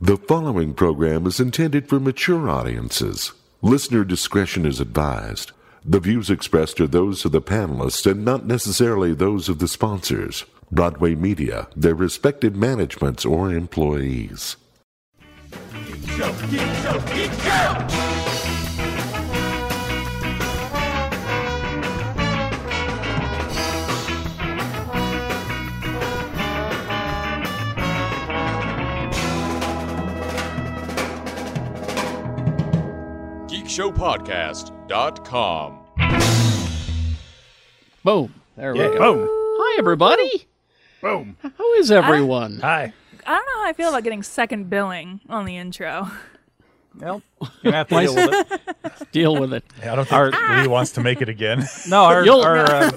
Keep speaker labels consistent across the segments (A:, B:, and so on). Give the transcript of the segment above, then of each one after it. A: The following program is intended for mature audiences. Listener discretion is advised. The views expressed are those of the panelists and not necessarily those of the sponsors, Broadway Media, their respective managements, or employees.
B: Geek Show, Geek Show, Geek Show!
C: GeekShowPodcast.com.
D: Boom. There we go.
E: Boom.
D: Hi, everybody.
E: Boom.
D: How is everyone?
E: Hi.
F: I don't know how I feel about getting second billing on the intro.
G: Well,
E: You have to deal with it.
D: Deal with it.
E: I don't think Lee wants to make it again.
G: no, our,
D: You'll-
G: our uh,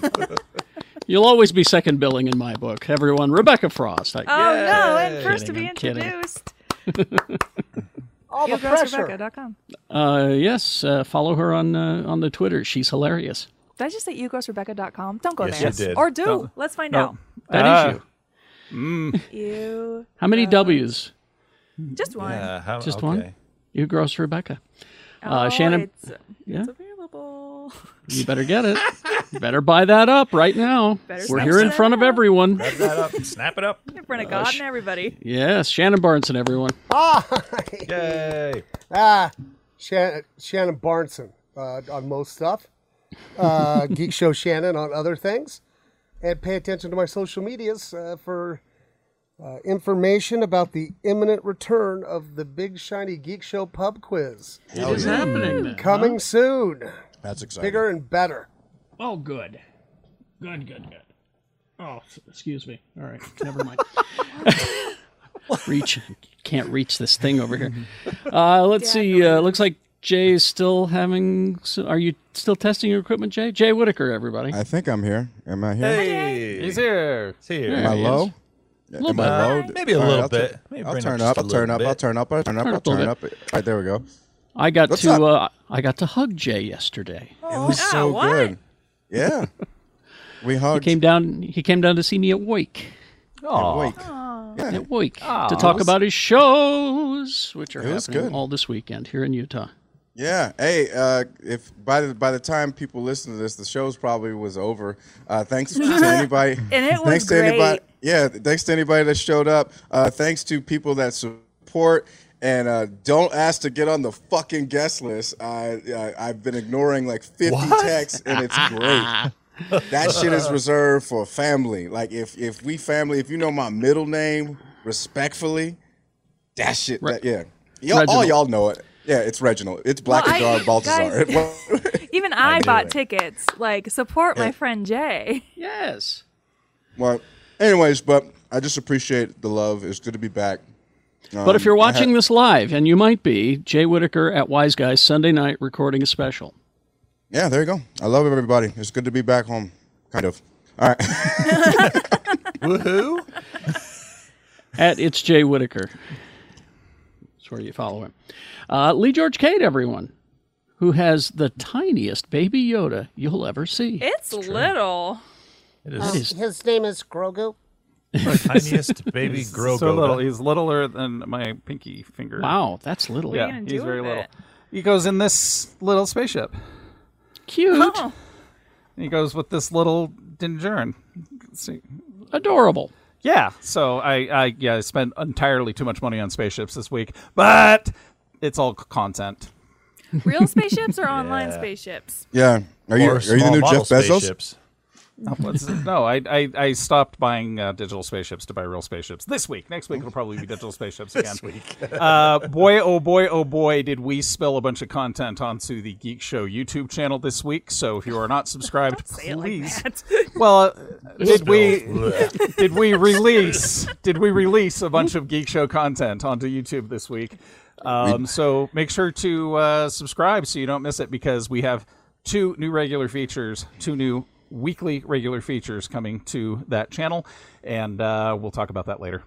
D: You'll always be second billing in my book. Everyone, Rebecca Frost. I,
F: Oh no! And first to
D: Kidding,
F: be
D: I'm kidding.
F: introduced. All the
D: uh, yes, uh, follow her on uh, on the Twitter. She's hilarious.
F: Did I just say YouGoesRebecca.com? Don't go
E: Yes,
F: there.
E: you did.
F: Or do.
E: Don't-
F: Let's find
E: no.
F: out.
D: That is
E: Ah.
D: you.
F: You
D: How many W's?
F: just one.
E: Uh, how-
D: Just
E: okay.
D: one? You gross Rebecca. Uh,
F: Oh,
D: Shannon,
F: It's,
D: yeah,
F: it's available.
D: you better get it. You better buy that up right now.
F: Better
D: We're
F: snap
D: here in
F: that
D: front of
F: up.
D: everyone.
E: Wrap that up. Snap it up.
F: In front of God and everybody.
D: Yes, Shannon Barnes and everyone.
E: Yay.
G: ah, Shannon, Shannon Barneson uh, on most stuff, uh, Geek Show Shannon on other things, and pay attention to my social medias uh, for uh, information about the imminent return of the Big Shiny Geek Show Pub Quiz
D: It is happening. Now.
G: coming soon,
H: That's exciting.
G: bigger and better.
D: Oh, good. Good, good, good. Oh, s- excuse me. All right, never mind. reach. Can't reach this thing over here. Uh, let's see. Uh, looks like Jay is still having. s are you still testing your equipment, Jay? Jay Whitaker, everybody.
H: I think I'm here. Am I here?
E: Hey. He's
I: here.
E: here.
H: Am I
D: he
H: low?
D: Little
H: Am
D: bit.
H: I low?
E: Uh, maybe a
H: All
E: little
H: I'll tu-
E: bit. Maybe
H: I'll
E: bring it
H: turn
E: up
H: up.
E: just
H: I'll
E: a
H: turn
E: little
H: up. I'll
E: bit.
H: turn up. I'll turn up. I'll
D: up a little
H: turn up. All right, there we go.
D: I got
H: What's
D: to.
H: up?
D: Uh, I got to hug Jay yesterday.
E: Oh,
H: It was
F: Ah,
H: so
F: what?
H: good. Yeah. We hugged.
D: Came down. He came down to see me at Wake.
H: and wake.
D: At Wake to talk about his shows, which are
H: It was
D: happening
H: good.
D: all this weekend here in Utah.
H: Yeah. Hey, uh, if by the by the time people listen to this, the show's probably was over. Uh, thanks to anybody.
F: And it was
H: thanks to anybody.
F: great.
H: Yeah. Thanks to anybody that showed up. Uh, thanks to people that support. And uh, don't ask to get on the fucking guest list. I, I I've been ignoring like 50 texts, and it's great. that shit is reserved for family. Like if if we family, if you know my middle name, respectfully, that shit.
D: Re-
H: That, yeah, y'all, all
D: Reginald.
H: y'all know it. Yeah, it's Reginald. It's Black
F: Well,
H: and
F: I-
H: Dark Baltazar.
F: Even I, bought
H: it.
F: tickets. Like support my friend Jay.
D: Yes.
H: well, anyways, but I just appreciate the love. It's good to be back. Um,
D: But
I: Um,
D: if you're
H: I had-
D: watching this live, and you might be, Jay Whitaker at Wise Guys Sunday night recording a special.
H: Yeah, there you go. I love everybody. It's good to be back home, kind of. All right.
E: Woohoo.
D: At it's Jay Whitaker. That's where you follow him. Uh, Lee George Cade, everyone, who has the tiniest baby Yoda you'll ever see.
F: It's little.
E: It is
D: Is-
G: His name is Grogu.
E: the tiniest baby Grogu.
I: So little. He's littler than my pinky finger.
D: wow, that's little.
F: are you
I: Yeah,
F: gonna
I: he's
F: do
I: very
F: with
I: little.
F: it?
I: He goes in this little spaceship.
D: Cute,
F: Oh,
I: He goes with this little dindurn. See.
D: adorable.
I: Yeah. So I, I yeah, I spent entirely too much money on spaceships this week, but it's all c- content.
F: real spaceships or online spaceships?
H: yeah. Are you
E: Or
H: are you the
E: small
H: new
E: model
H: Jeff Bezos?
E: spaceships.
I: What's- no, I, I I stopped buying uh, digital spaceships to buy real spaceships this week. Next week it'll probably be digital spaceships again. This week, uh, boy, oh boy, oh boy, did we spill a bunch of content onto the Geek Show YouTube channel this week. So if you are not subscribed,
F: Say it like
I: please.
F: that.
I: Well, uh, did we did we release did we release a bunch of Geek Show content onto YouTube this week? Um, so make sure to uh, subscribe so you don't miss it because we have two new regular features, two new weekly regular features coming to that channel, and uh, we'll talk about that later.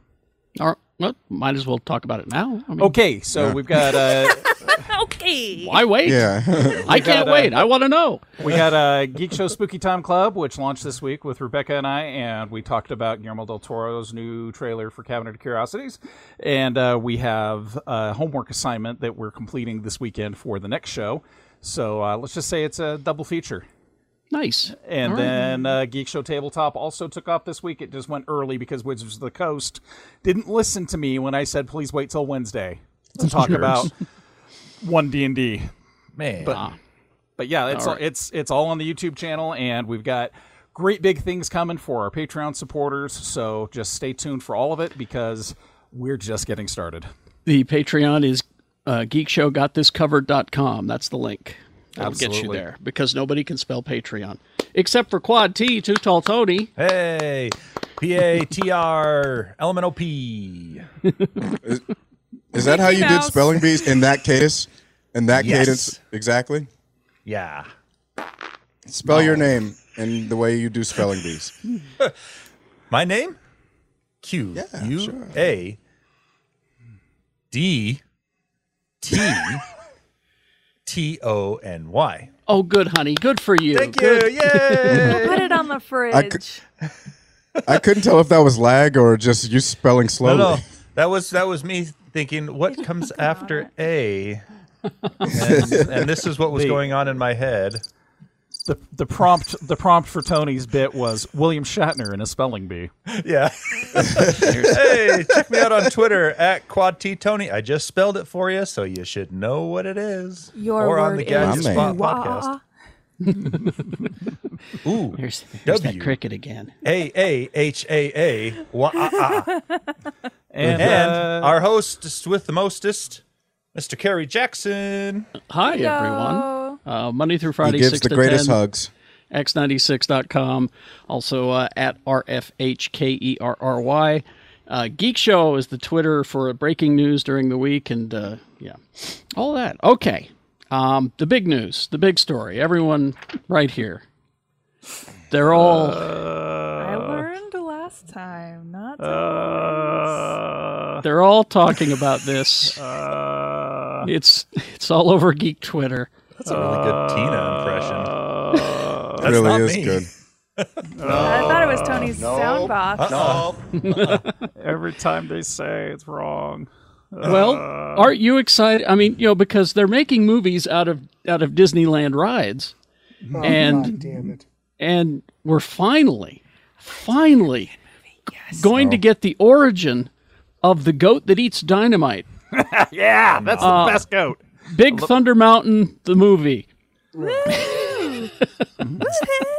D: All right, well, might as well talk about it now. I mean,
I: Okay, so we've got uh,
F: Spooky.
D: Why wait?
H: Yeah.
D: I can't wait. I want to know.
I: We had a Geek Show Spooky Time Club, which launched this week with Rebecca and I, and we talked about Guillermo del Toro's new trailer for Cabinet of Curiosities. And uh, we have a homework assignment that we're completing this weekend for the next show. So uh, let's just say it's a double feature.
D: Nice.
I: And
D: All right.
I: then uh, Geek Show Tabletop also took off this week. It just went early because Wizards of the Coast didn't listen to me when I said please wait till Wednesday to talk about one D and D.
J: Man.
I: But but yeah, it's all
D: All right.
I: it's it's all on the YouTube channel, and we've got great big things coming for our Patreon supporters. So just stay tuned for all of it because we're just getting started.
D: the Patreon is uh, geekshowgotthiscovered.com. That's the link. That'll get you
I: Absolutely.
D: there because nobody can spell Patreon except for Quad T, Too Tall Tony.
J: Hey. P A T R L M N O P.
H: Is that how you did
F: Mouse.
H: spelling bees in that case? In that
J: Yes.
H: cadence, exactly.
J: Yeah.
H: Spell your name in the way you do spelling bees.
J: My name? Q U A D T T O N Y.
D: Oh, good, honey. Good for you.
J: Thank you.
D: Good.
J: Yay.
F: Put it on the
H: c-
F: fridge.
H: I couldn't tell if that was lag or just you spelling
J: No,
H: slowly.
J: no. That was that was me thinking what comes after A. And, and this is what was going on in my head.
I: The the prompt the prompt for Tony's bit was William Shatner in a spelling bee.
J: Yeah. hey, check me out on Twitter at Quad T Tony. I just spelled it for you, so you should know what it is.
F: Your
J: or on
F: word
J: the
F: is
J: Gadget
H: My
J: Spot
H: man.
J: podcast.
F: Wah.
J: Ooh,
D: There's, there's that
J: W.
D: cricket again.
J: A A H A A. Wah, ah, ah.
I: And,
J: And
I: uh,
J: our host with the mostest, Mr. Kerry Jackson.
D: Hi,
F: Hello.
D: everyone. Uh, Monday through
H: He
D: Friday,
H: gives
D: 6
H: the
D: to
H: greatest
D: 10,
H: hugs.
D: x96.com. Also uh, at E RFHKERRY. Uh, Geek Show is the Twitter for breaking news during the week and uh, yeah, all that. Okay. Um, the big news, the big story. Everyone right here. They're all.
F: I
D: Uh,
F: learned last time not to.
D: They're all talking about this. it's it's all over geek Twitter.
J: That's a really good Tina impression.
D: Uh,
J: That's
H: Really
J: not
H: is
J: me.
H: good.
F: I thought it was Tony's sound box.
J: Oh,
I: every time they say it's wrong.
D: Well, aren't you excited? I mean, you know, because they're making movies out of out of Disneyland rides,
G: Oh,
D: And-
G: God damn it.
D: and we're finally, finally, going to get the origin of the goat that eats dynamite.
I: Yeah, that's the best goat.
D: Big Thunder Mountain, the movie.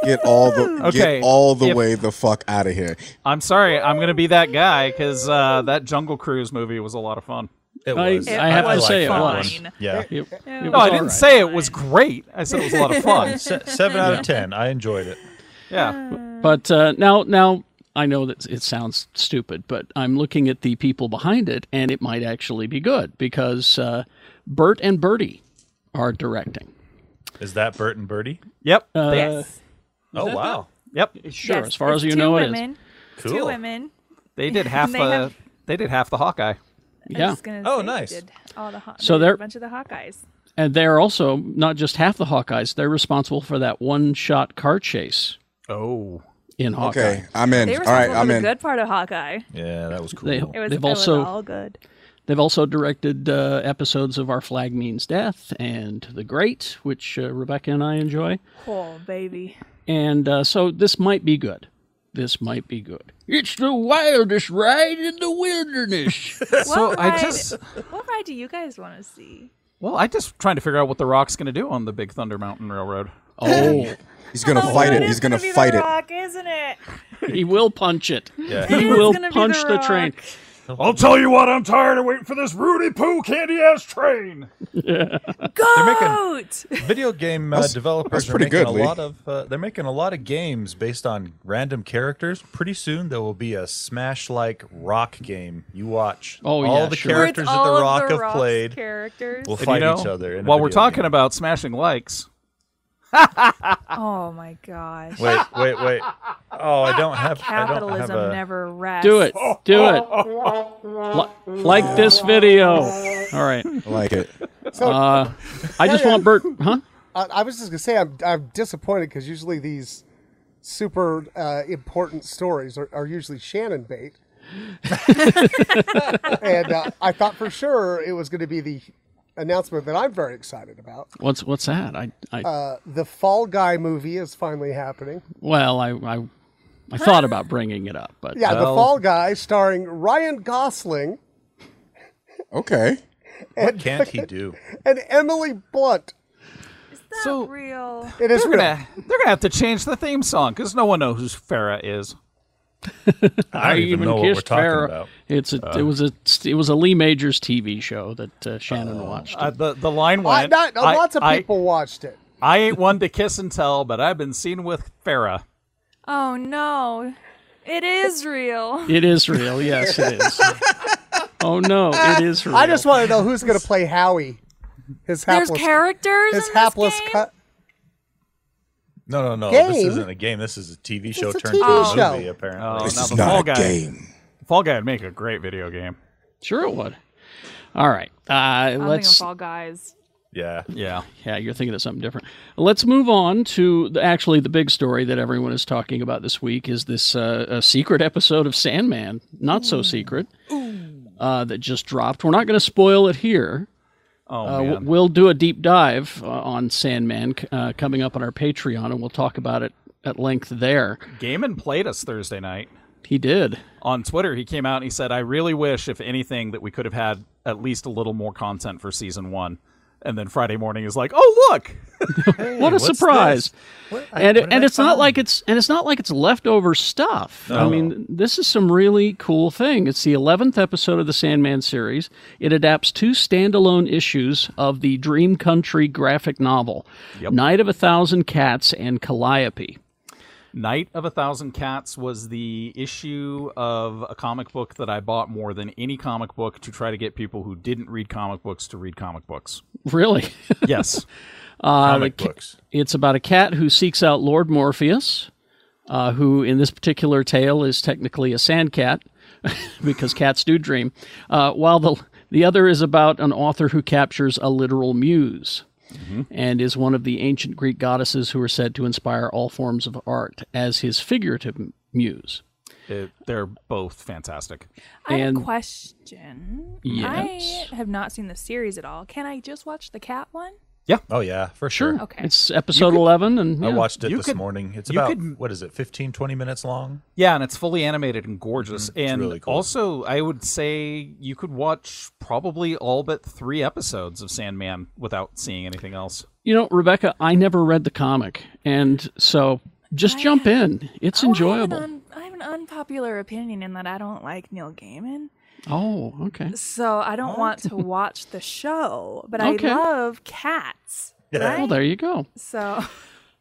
H: Get all the
I: Okay,
H: get all the
I: if-
H: way the fuck out of here.
I: I'm sorry, I'm gonna be that guy because uh, that Jungle Cruise movie was a lot of fun.
J: it
D: I-
J: was.
D: I have to
J: liked
D: say it
J: that
D: was.
J: one. Yeah.
D: It- it was
I: No, I
D: all
I: didn't
D: right.
I: say it was great. I said it was a lot of fun.
J: Se- seven out of ten. I enjoyed it.
I: Yeah.
D: But uh, now, now I know that it sounds stupid, but I'm looking at the people behind it, and it might actually be good because uh, Bert and Bertie are directing.
J: Is that Bert and Birdie?
I: Yep.
F: Yes.
J: Oh wow.
I: Yep.
D: uh, Sure,
F: Yes,
D: as far as
F: it's
D: you
F: two
D: know, it
F: women,
J: Cool.
F: Two women.
I: They did half
F: They
I: the
F: have-
I: they did half the Hawkeye.
D: is.
F: I
D: Yeah,
F: was gonna
J: Oh,
F: say they
J: nice.
F: did All the Haw-
D: So
F: they did
D: they're-
F: a bunch of the Hawkeyes.
D: and they're also not just half the Hawkeyes; they're responsible for that one-shot car chase
I: Oh.
D: in Hawkeye.
H: Okay, I'm in.
F: They
H: All
F: were
H: right,
F: responsible for
H: I'm
F: the
H: in.
F: good part of Hawkeye.
J: Yeah, that was cool.
D: They,
F: It was,
D: they've
F: it was
D: also
F: all good.
D: they've also directed uh, episodes of Our Flag Means Death and The Great, which uh, Rebecca and I enjoy.
F: Cool, baby.
D: And uh, so this might be good. This might be good. It's the wildest ride in the wilderness.
I: So
F: what
I: I
F: ride,
I: just
F: what ride do you guys want to see?
I: well, I just trying to figure out what the Rock's going to do on the Big Thunder Mountain Railroad.
D: oh,
H: He's gonna fight it. He's gonna fight it.
F: Rock, isn't it?
D: he will punch it.
J: Yeah.
D: He
F: It is
D: will
F: gonna be
D: punch
F: The
D: the,
F: Rock.
D: train.
I: I'll tell you what, I'm tired of waiting for this Rudy Poo candy ass train.
F: Goat.
J: Video game uh,
H: That's-
J: developers
H: that's
J: are
H: pretty
J: making
H: good,
J: a
H: Lee.
J: lot of uh, they're making a lot of games based on random characters. Pretty soon there will be a Smash like rock game. You watch
D: Oh,
J: all
D: yeah,
J: the
D: sure.
F: Where it's
J: characters that
F: all
J: the
F: of
J: Rock
F: the
J: have
F: Rock's
J: played
F: Characters.
J: will
I: And
J: fight
I: you know,
J: each other. In a
I: while we're
J: video
I: talking
J: game.
I: about smashing likes,
F: oh my gosh.
J: wait, wait, wait. Oh, I don't have I don't
F: Capitalism
J: have a,
F: never rests.
D: Do it. Do it. Li- like this video. All right.
H: I like it.
D: Uh, I just want Bert, huh?
G: I, I was just gonna say I'm I'm disappointed because usually these super uh, important stories are, are usually Shannon bait, and uh, I thought for sure it was going to be the announcement that I'm very excited about.
D: What's what's that? I, I
F: Uh,
G: The Fall Guy movie is finally happening.
D: well, I, I I thought about bringing it up, but
G: Yeah, The
I: Well-
G: Fall Guy starring Ryan Gosling
H: Okay.
E: What can't he do?
G: and Emily Blunt.
F: Is that
I: So-
F: real?
G: It is
I: They're
G: real.
I: gonna, they're gonna have to change the theme song because no one knows who Farah is.
E: I don't even know what we're talking
D: Farrah.
E: about.
D: It's a
G: Uh.
D: it was a it was a Lee Majors TV show that uh, Shannon watched.
I: Uh, the the line
G: I,
I: went.
G: not,
I: I-
G: lots of
I: I-
G: people watched it.
I: I, ain't one to kiss and tell, but I've been seen with Farah.
F: Oh no, it is real.
D: it is real, yes, it is. oh no, it is real.
G: I just want to know who's going to play Howie.
F: There's
G: His hapless,
F: characters.
G: his
F: in
G: hapless
F: this game?
G: cut.
E: No, no, no. This
G: Game?
E: isn't a game. This is a TV show
G: It's a
E: turned into
G: TV
E: a
G: show.
E: movie, apparently.
I: Oh,
H: This
I: now
H: is
I: the
H: not
I: Fall
H: a
I: Guy.
H: game.
I: Fall Guy would make a great video game.
D: sure it would. All right, uh,
F: I'm thinking
D: let's.
F: Fall Guys.
E: Yeah.
I: Yeah.
D: Yeah, you're thinking of something different. Let's move on to the, actually the big story that everyone is talking about this week is this uh, a secret episode of Sandman, not so secret, uh, that just dropped. We're not going to spoil it here.
I: Oh
D: Uh, w-
I: man.
D: we'll do a deep dive uh, on Sandman c- uh, coming up on our Patreon, and we'll talk about it at length there.
I: Gaiman played us Thursday night.
D: He did.
I: on Twitter, he came out and he said, I really wish, if anything, that we could have had at least a little more content for season one. And then Friday morning is like, oh, look.
D: what a
E: what's
D: surprise!
E: this? What- I-
D: and
E: what did
D: and
E: I
D: it's not
E: find?
D: like it's and it's not like it's leftover stuff.
E: Oh.
D: I mean, this is some really cool thing. It's the eleventh episode of the Sandman series. It adapts two standalone issues of the Dream Country graphic novel, Night of a Thousand Cats and Calliope.
I: Night of a Thousand Cats was the issue of a comic book that I bought more than any comic book to try to get people who didn't read comic books to read comic books.
D: Really,
I: Yes.
E: Comic books.
D: it's about a cat who seeks out Lord Morpheus, uh, who in this particular tale is technically a sand cat, because cats do dream. Uh, while the the other is about an author who captures a literal muse. And is one of the ancient Greek goddesses who are said to inspire all forms of art as his figurative muse.
I: It- they're both fantastic.
F: I have a
D: And-
F: question.
D: Yes.
F: I have not seen the series at all. Can I just watch the cat one?
E: Oh, yeah, for sure.
F: Okay.
D: It's episode 11, and
E: I
D: yeah.
E: watched it
I: You
E: this
I: could-
E: morning. It's
I: you
E: about,
I: could-
E: what is it, 15, 20 minutes long?
I: Yeah, and it's fully animated and gorgeous. and
E: Mm, really cool.
I: also, I would say you could watch probably all but three episodes of Sandman without seeing anything else.
D: you know, Rebecca, I never read the comic. And so just jump in, it's
F: Oh,
D: enjoyable.
F: I have, an un- I have an unpopular opinion in that I don't like Neil Gaiman,
D: Oh, okay.
F: so I don't want to watch the show. But
D: Okay.
F: I love cats.
D: Well, Oh, there you go.
F: So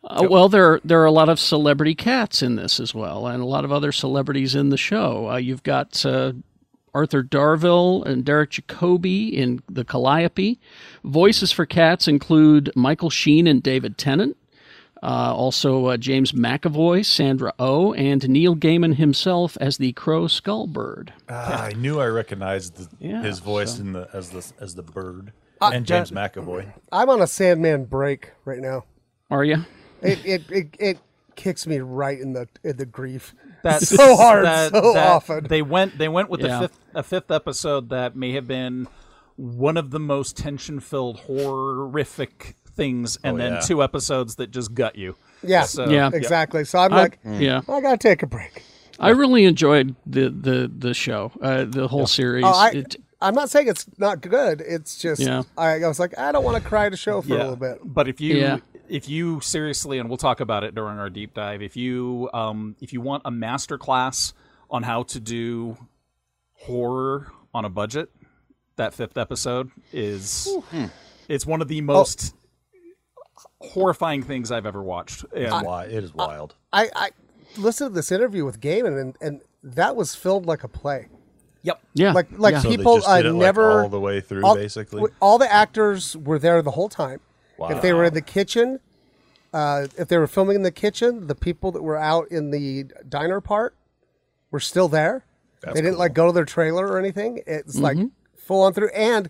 D: Uh, well, there there are a lot of celebrity cats in this as well, and a lot of other celebrities in the show. Uh, you've got uh, Arthur Darville and Derek Jacobi in the Calliope. Voices for cats include Michael Sheen and David Tennant. Uh, also, uh, James McAvoy, Sandra O, oh, and Neil Gaiman himself as the crow skullbird.
E: Ah, I knew I recognized the,
D: Yeah,
E: his voice in the as the as the bird and James McAvoy.
G: I'm on a Sandman break right now.
D: Are you?
G: It it it, it kicks me right in the in the grief.
I: That's
G: So hard, so often.
I: They went they went with
D: Yeah.
I: a fifth a fifth episode that may have been one of the most tension filled horrific things, and then
E: yeah.
I: two episodes that just gut you.
G: Yeah,
I: So,
D: Oh, Yeah.
G: exactly. So I'm like,
D: Yeah,
G: I gotta take a break.
D: I really enjoyed the the the show, uh, the whole series.
G: Oh, I,
D: It-
G: I'm not saying it's not good. It's just
D: Yeah.
G: I, I was like, I don't want to cry to show for a little bit.
I: But if you
D: Yeah.
I: if you seriously, and we'll talk about it during our deep dive, if you um if you want a master class on how to do horror on a budget, that fifth episode is
E: Hmm.
I: it's one of the most horrifying things I've ever watched. And
D: Uh,
E: Why it is wild.
G: I, I listened to this interview with Gaiman, and and that was filmed like a play.
I: yep.
D: yeah,
G: Like like
E: so
G: people
E: they just did
G: uh,
E: it
G: never
E: like all the way through,
G: all-
E: basically.
G: w- All the actors were there the whole time. If they were in the kitchen, uh, if they were filming in the kitchen, the people that were out in the diner part were still there. they didn't like go to their trailer or anything. It's like full on through. And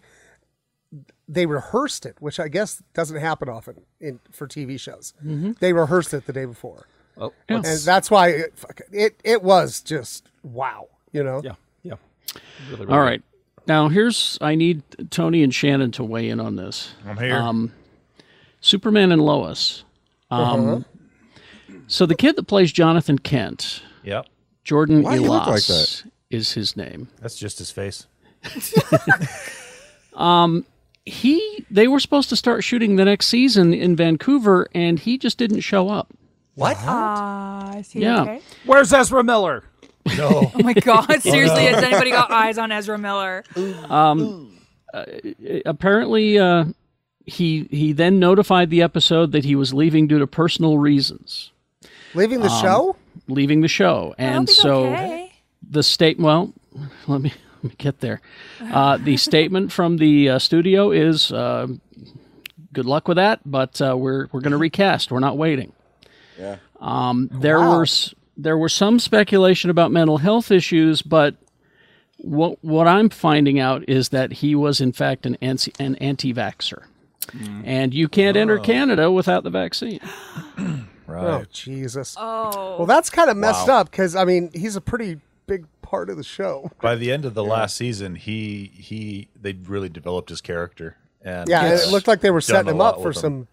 G: they rehearsed it, which I guess doesn't happen often in for TV shows. They rehearsed it the day before,
I: Oh,
G: and that's why it fuck- it, it was just wow, you know.
I: yeah, yeah. Really, really
D: All right. Now here's I need Tony and Shannon to weigh in on this. Um,
E: I'm here.
D: Superman and Lois.
H: Uh-huh.
D: Um, So the kid that plays Jonathan Kent,
E: yep.
D: Jordan
H: Why do you look
D: Elas,
H: like that?
D: is his name.
E: That's just his face.
D: He they were supposed to start shooting the next season in Vancouver, and he just didn't show up.
E: What?
F: Ah, is he
D: Yeah.
F: okay?
I: Where's Ezra Miller?
E: No.
F: Oh my God! Seriously, has anybody got eyes on Ezra Miller?
D: Apparently, uh, he he then notified the episode that he was leaving due to personal reasons,
G: Leaving the show,
D: leaving the show,
F: I hope
D: and
F: he's
D: so.
F: okay.
D: the state well let me, let me get there uh, the statement from the uh, studio is uh, good luck with that but uh, we're we're going to recast we're not waiting
H: Yeah.
D: um, there were s- there were some speculation about mental health issues but what what I'm finding out is that he was in fact an anti, an anti-vaxxer and you can't enter Canada without the vaccine
G: oh Jesus!
F: Oh,
G: Well, that's kind of messed up 'cause up because I mean he's a pretty big part of the show.
E: By the end of the last season, he he they really developed his character. And
G: Yeah,
E: it's
G: it looked like they were
E: done
G: setting
E: a
G: him
E: lot
G: up for
E: with him.
G: some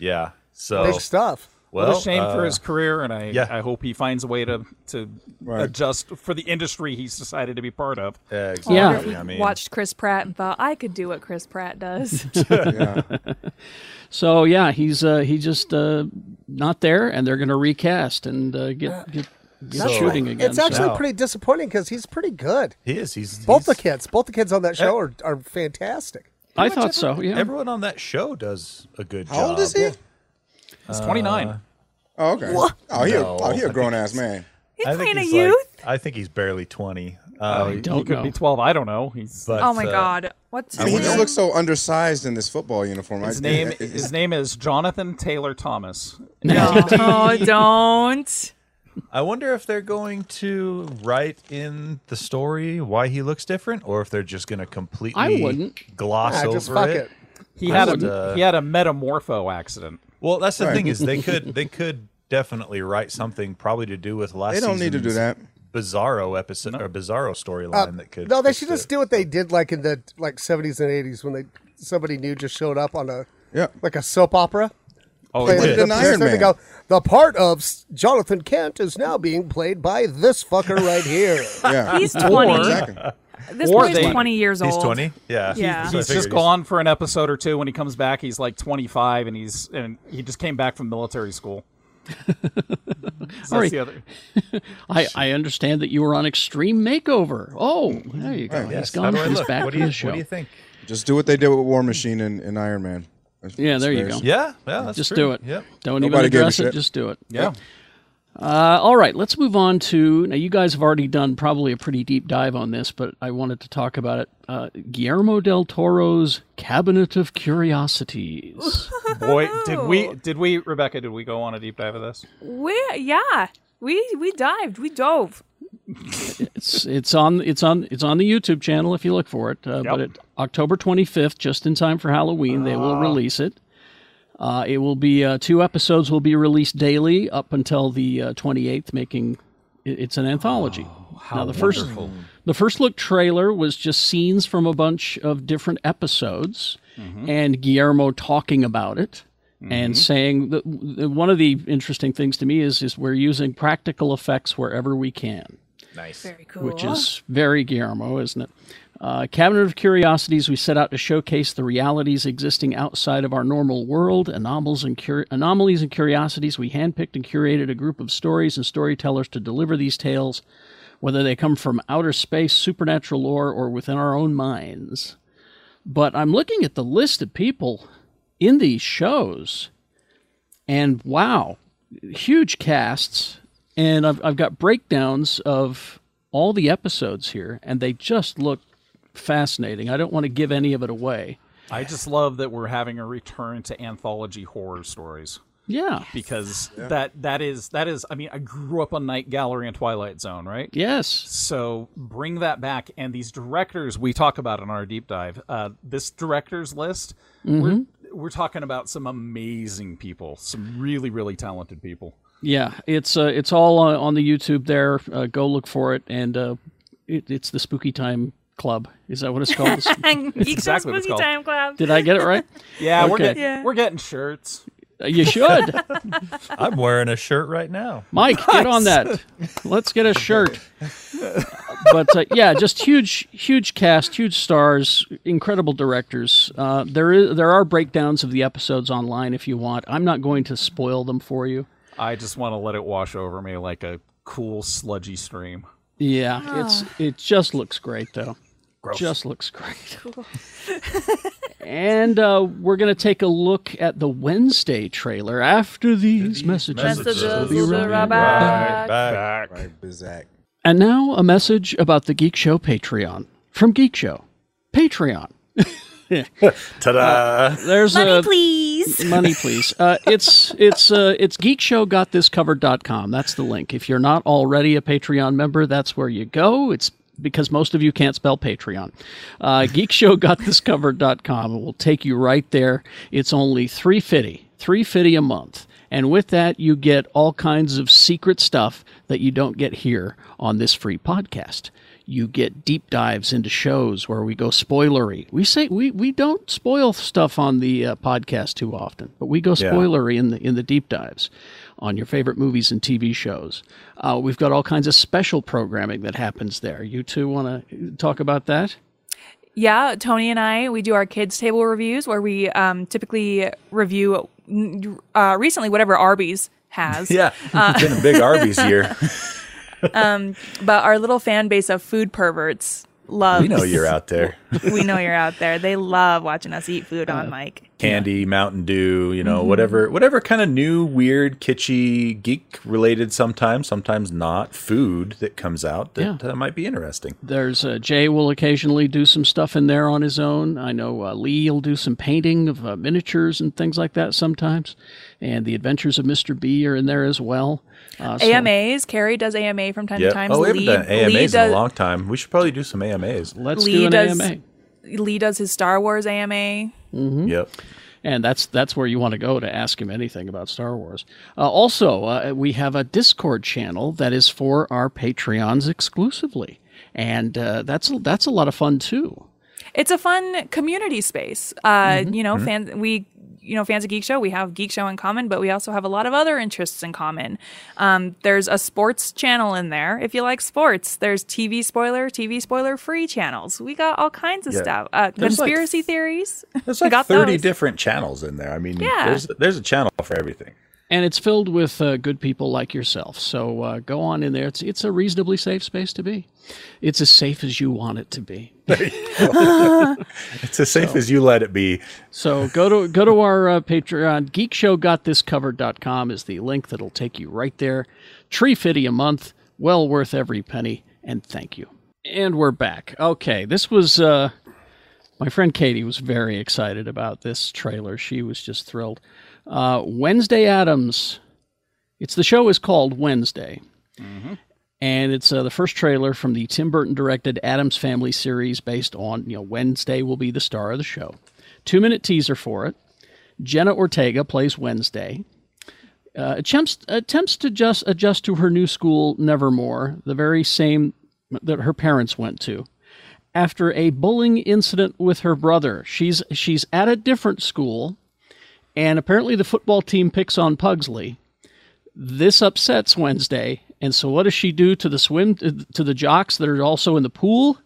E: Yeah. So
J: Oh.
G: big stuff.
E: well,
I: what a shame for
E: uh,
I: his career, and I,
E: yeah.
I: I hope he finds a way to to adjust for the industry he's decided to be part of.
E: yeah,
D: Yeah.
F: Or if
E: exactly.
F: he
E: I mean,
F: watched Chris Pratt and thought I could do what Chris Pratt does.
D: so yeah he's uh, he just uh, not there and they're going to recast and uh, get, get get
E: So-
D: shooting again
G: It's
D: so-
G: actually
E: Wow.
G: pretty disappointing because he's pretty good.
E: he is. He's
G: Both the
E: he's-
G: kids, both the kids on that show are, are fantastic.
D: I thought so. Yeah.
E: Everyone on that show does a good job.
H: How old is he?
I: He's 29.
H: Oh, okay. Oh, he,
E: No,
H: oh,
E: I
H: he a
E: think
H: grown ass man.
F: He's
E: I think
F: playing a
E: he's like-
F: youth.
E: I think he's barely twenty. Um,
G: Oh,
I: he
D: don't
I: could
D: know.
I: be 12. I don't know. He's
E: but,
F: oh my
E: uh,
F: God! What's
H: I
F: his
H: mean, he just
F: name?
H: looks so undersized in this football uniform. I-
I: his name
H: it- it-
I: his name is Jonathan Taylor Thomas.
F: Oh, don't.
E: I wonder if they're going to write in the story why he looks different, or if they're just going to completely
D: I wouldn't.
E: gloss
G: Yeah,
E: over
G: Ah, just fuck it.
I: He had
E: would,
I: a
E: uh,
I: he had a metamorpho accident.
E: Well, that's the thing is they could they could definitely write something probably to do with last.
H: They don't need to do
E: season's
H: that.
E: Bizarro episode or Bizarro storyline that could.
G: Uh, No, they
E: fix
G: should
E: it.
G: just do what they did like in the like seventies and eighties when they somebody new just showed up on a
H: Yeah.
G: like a soap opera.
I: Oh,
G: They
H: did
G: looked
H: an
G: up
H: Iron
G: there, They
H: Man.
G: go, the part of S- Jonathan Kent is now being played by this fucker right here.
H: Yeah.
F: He's twenty.
H: Exactly.
F: This
I: or
F: boy's
I: they-
F: twenty years old.
E: He's twenty. Yeah,
F: Yeah.
E: So I
I: he's
E: figured
I: just gone for an episode or two. When he comes back, he's like 25, and he's and he just came back from military school. So
D: Sorry.
I: that's the other.
D: I, I understand that you were on Extreme Makeover. Oh, there you go.
E: Yes.
D: He's
E: How
D: gone.
E: do I
D: He's
E: look?
D: back
E: what do
D: from
E: you
D: the show.
E: What do you think?
H: Just do what they did with War Machine and, and Iron Man. That's-
D: Yeah, there you
H: that's-
D: go.
E: Yeah, yeah. That's
D: Just
E: true.
D: do it.
E: Yep.
D: Don't
H: Nobody
D: even
H: gave a
D: address it.
H: shit.
D: Just do it.
I: Yeah.
D: Uh, all right, let's move on to. Now, you guys have already done probably a pretty deep dive on this, but I wanted to talk about it. Uh, Guillermo del Toro's Cabinet of Curiosities.
I: Boy, did we did we Rebecca? Did we go on a deep dive of this?
F: We yeah. We we dived. We dove.
D: it's it's on it's on it's on the YouTube channel if you look for it. Uh, But it, October 25th, just in time for Halloween, they will release it. Uh, it will be uh, two episodes will be released daily up until the uh, 28th, making it, it's an anthology. now the first the first look trailer was just scenes from a bunch of different episodes, and Guillermo talking about it. And saying that one of the interesting things to me is is we're using practical effects wherever we can
E: Nice.
F: Very cool.
D: which is very Guillermo, isn't it? Uh, Cabinet of Curiosities, we set out to showcase the realities existing outside of our normal world, anomalies and, cur- anomalies and curiosities. We handpicked and curated a group of stories and storytellers to deliver these tales, whether they come from outer space, supernatural lore, or within our own minds. But I'm looking at the list of people in these shows, and wow, huge casts. And I've, I've got breakdowns of all the episodes here, and they just look fascinating. I don't want to give any of it away.
I: I just love that we're having a return to anthology horror stories.
D: Yeah.
I: because that that is that is I mean I grew up on Night Gallery and Twilight Zone, right?
D: Yes.
I: So bring that back, and these directors we talk about in our deep dive. Uh, this directors list, we're we're talking about some amazing people, some really really talented people.
D: Yeah. It's uh, it's all on, on the YouTube there. Uh, go look for it, and uh, it, it's the Spooky Time Club. Is that what it's called?
F: And Geek
I: exactly what it's
F: Spooky
I: called.
F: Time Club.
D: Did I get it right?
I: Yeah, we're
D: Okay.
I: getting
F: Yeah.
I: we're getting shirts.
D: Uh, You should,
E: I'm wearing a shirt right now.
D: Mike. Get on that. Let's get a shirt. But uh, yeah, just huge, huge cast, huge stars, incredible directors. Uh, there is there are breakdowns of the episodes online if you want. I'm not going to spoil them for you.
I: I just want to let it wash over me like a cool sludgy stream.
D: Yeah, it's
F: Ah.
D: it just looks great though. Just looks great. and uh, we're gonna take a look at the Wednesday trailer after these messages.
E: Messages
F: Messages will be right back.
E: back.
H: Right, Bizak.
D: And now a message about the Geek Show Patreon from Geek Show. Patreon.
E: Ta-da!
D: There's
F: Money,
D: a
F: please.
D: money please. Uh, it's it's uh, it's geekshowgotthiscovered.com. That's the link. If you're not already a Patreon member, that's where you go. It's because most of you can't spell Patreon. Uh, geekshowgotthiscovered.com. It will take you right there. It's only three fifty, three fifty a month, and with that you get all kinds of secret stuff that you don't get here on this free podcast you get deep dives into shows where we go spoilery. We say we, we don't spoil stuff on the uh, podcast too often, but we go spoilery in the in the deep dives on your favorite movies and TV shows. Uh, we've got all kinds of special programming that happens there. You two want to talk about that?
F: Yeah, Tony and I, we do our kids' table reviews where we um, typically review mm, uh, recently whatever Arby's has.
E: Yeah, it's been a big Arby's year.
F: But our little fan base of food perverts loves.
E: We know you're out there.
F: we know you're out there. They love watching us eat food on mic.
E: Candy, Mountain Dew, you know, whatever, whatever kind of new, weird, kitschy, geek-related, sometimes, sometimes not, food that comes out that uh, might be interesting.
D: There's uh, Jay will occasionally do some stuff in there on his own. I know uh, Lee will do some painting of uh, miniatures and things like that sometimes. And the Adventures of Mr. B are in there as well. Uh, so-
F: AMAs. Carrie does AMA from time
E: Yeah.
F: to time.
E: Oh, we haven't
F: Lee-
E: done AMAs in
F: Lee
E: a
F: does-
E: long time. We should probably do some AMAs.
D: Let's
F: Lee
D: do an
F: does-
D: AMA.
F: Lee does his Star Wars AMA.
E: Yep.
D: and that's that's where you want to go to ask him anything about Star Wars. Uh, also, uh, we have a Discord channel that is for our Patreons exclusively, and uh, that's that's a lot of fun too.
F: It's a fun community space. Uh, You know, fan, we you know fans of Geek Show. We have Geek Show in common, but we also have a lot of other interests in common. Um, there's a sports channel in there if you like sports. There's TV spoiler, TV spoiler free channels. We got all kinds of stuff. Uh,
E: There's like-
F: conspiracy theories.
E: There's
F: We
E: like
F: got
E: 30
F: those.
E: different channels in there. I mean,
F: Yeah.
E: there's, there's a channel for everything.
D: And it's filled with uh, good people like yourself. So uh, go on in there. It's it's a reasonably safe space to be. It's as safe as you want it to be.
E: It's as safe as you let it be.
D: So go to go to our uh, Patreon. Geekshowgotthiscovered.com is the link that'll take you right there. Tree fitty a month, well worth every penny, and thank you. And we're back. Okay, this was uh, my friend Katie was very excited about this trailer. She was just thrilled. Uh, Wednesday Adams. It's the show is called Wednesday. And it's uh, the first trailer from the Tim Burton directed Adams Family series based on, you know, Wednesday will be the star of the show two minute teaser for it. Jenna Ortega plays Wednesday. Uh, attempts attempts to just adjust to her new school, Nevermore, the very same that her parents went to. After a bullying incident with her brother, she's she's at a different school, and apparently the football team picks on Pugsley. This upsets Wednesday, and so what does she do to the swim to the jocks that are also in the pool?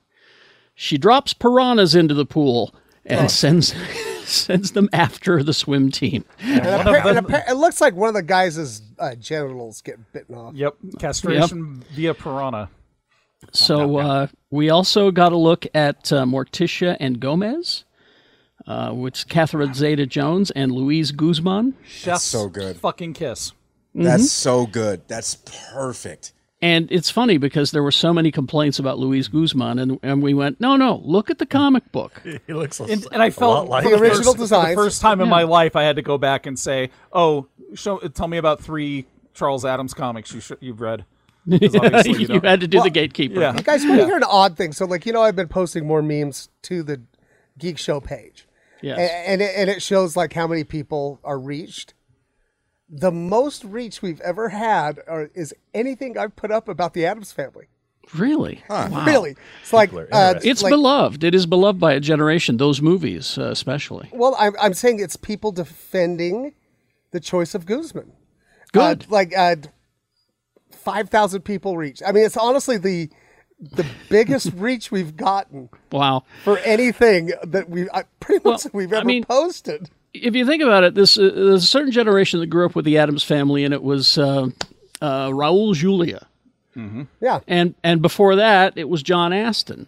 D: She drops piranhas into the pool and
I: Oh.
D: sends sends them after the swim team.
G: And appa- and appa- it looks like one of the guys' uh, genitals getting bitten off.
I: Yep, castration via piranha. Oh,
D: So uh, we also got a look at uh, Morticia and Gomez, uh, which Catherine Zeta Jones and Louise Guzman,
I: Chef's
H: so good.
I: Fucking kiss.
F: Mm-hmm.
H: That's so good. That's perfect.
D: and it's funny because there were so many complaints about Louise Guzman, and and we went, no, no, look at the comic book.
E: He looks
I: And, and I felt
E: like
I: for the
G: The original
I: first,
G: designs.
I: The first time in my life, I had to go back and say, "Oh, show, tell me about three Charles Adams comics you sh- you've read. obviously you
D: you
I: don't-
D: had to do the
G: Well,
D: gatekeeper.
I: yeah.
G: You guys want to hear an odd thing? So, like, you know, I've been posting more memes to the Geek Show page,
D: Yes.
I: Eh,
G: A- and it, and it shows like how many people are reached. The most reach we've ever had are, is anything I've put up about the Adams family.
D: Really? Wow.
G: Really, it's like uh,
D: It's
G: like,
D: beloved. It is beloved by a generation. Those movies, uh, especially.
G: Well, I'm, I'm saying it's people defending the choice of Guzman.
D: Good.
G: Uh, like uh, five thousand people reached. I mean, it's honestly the the biggest reach we've gotten
D: wow.
G: for anything that we I pretty much
D: Well,
G: we've
D: I
G: ever
D: mean-
G: posted.
D: If you think about it, this uh, there's a certain generation that grew up with the Adams family, and it was uh, uh, Raul Julia,
G: Yeah,
D: and and before that, it was John Aston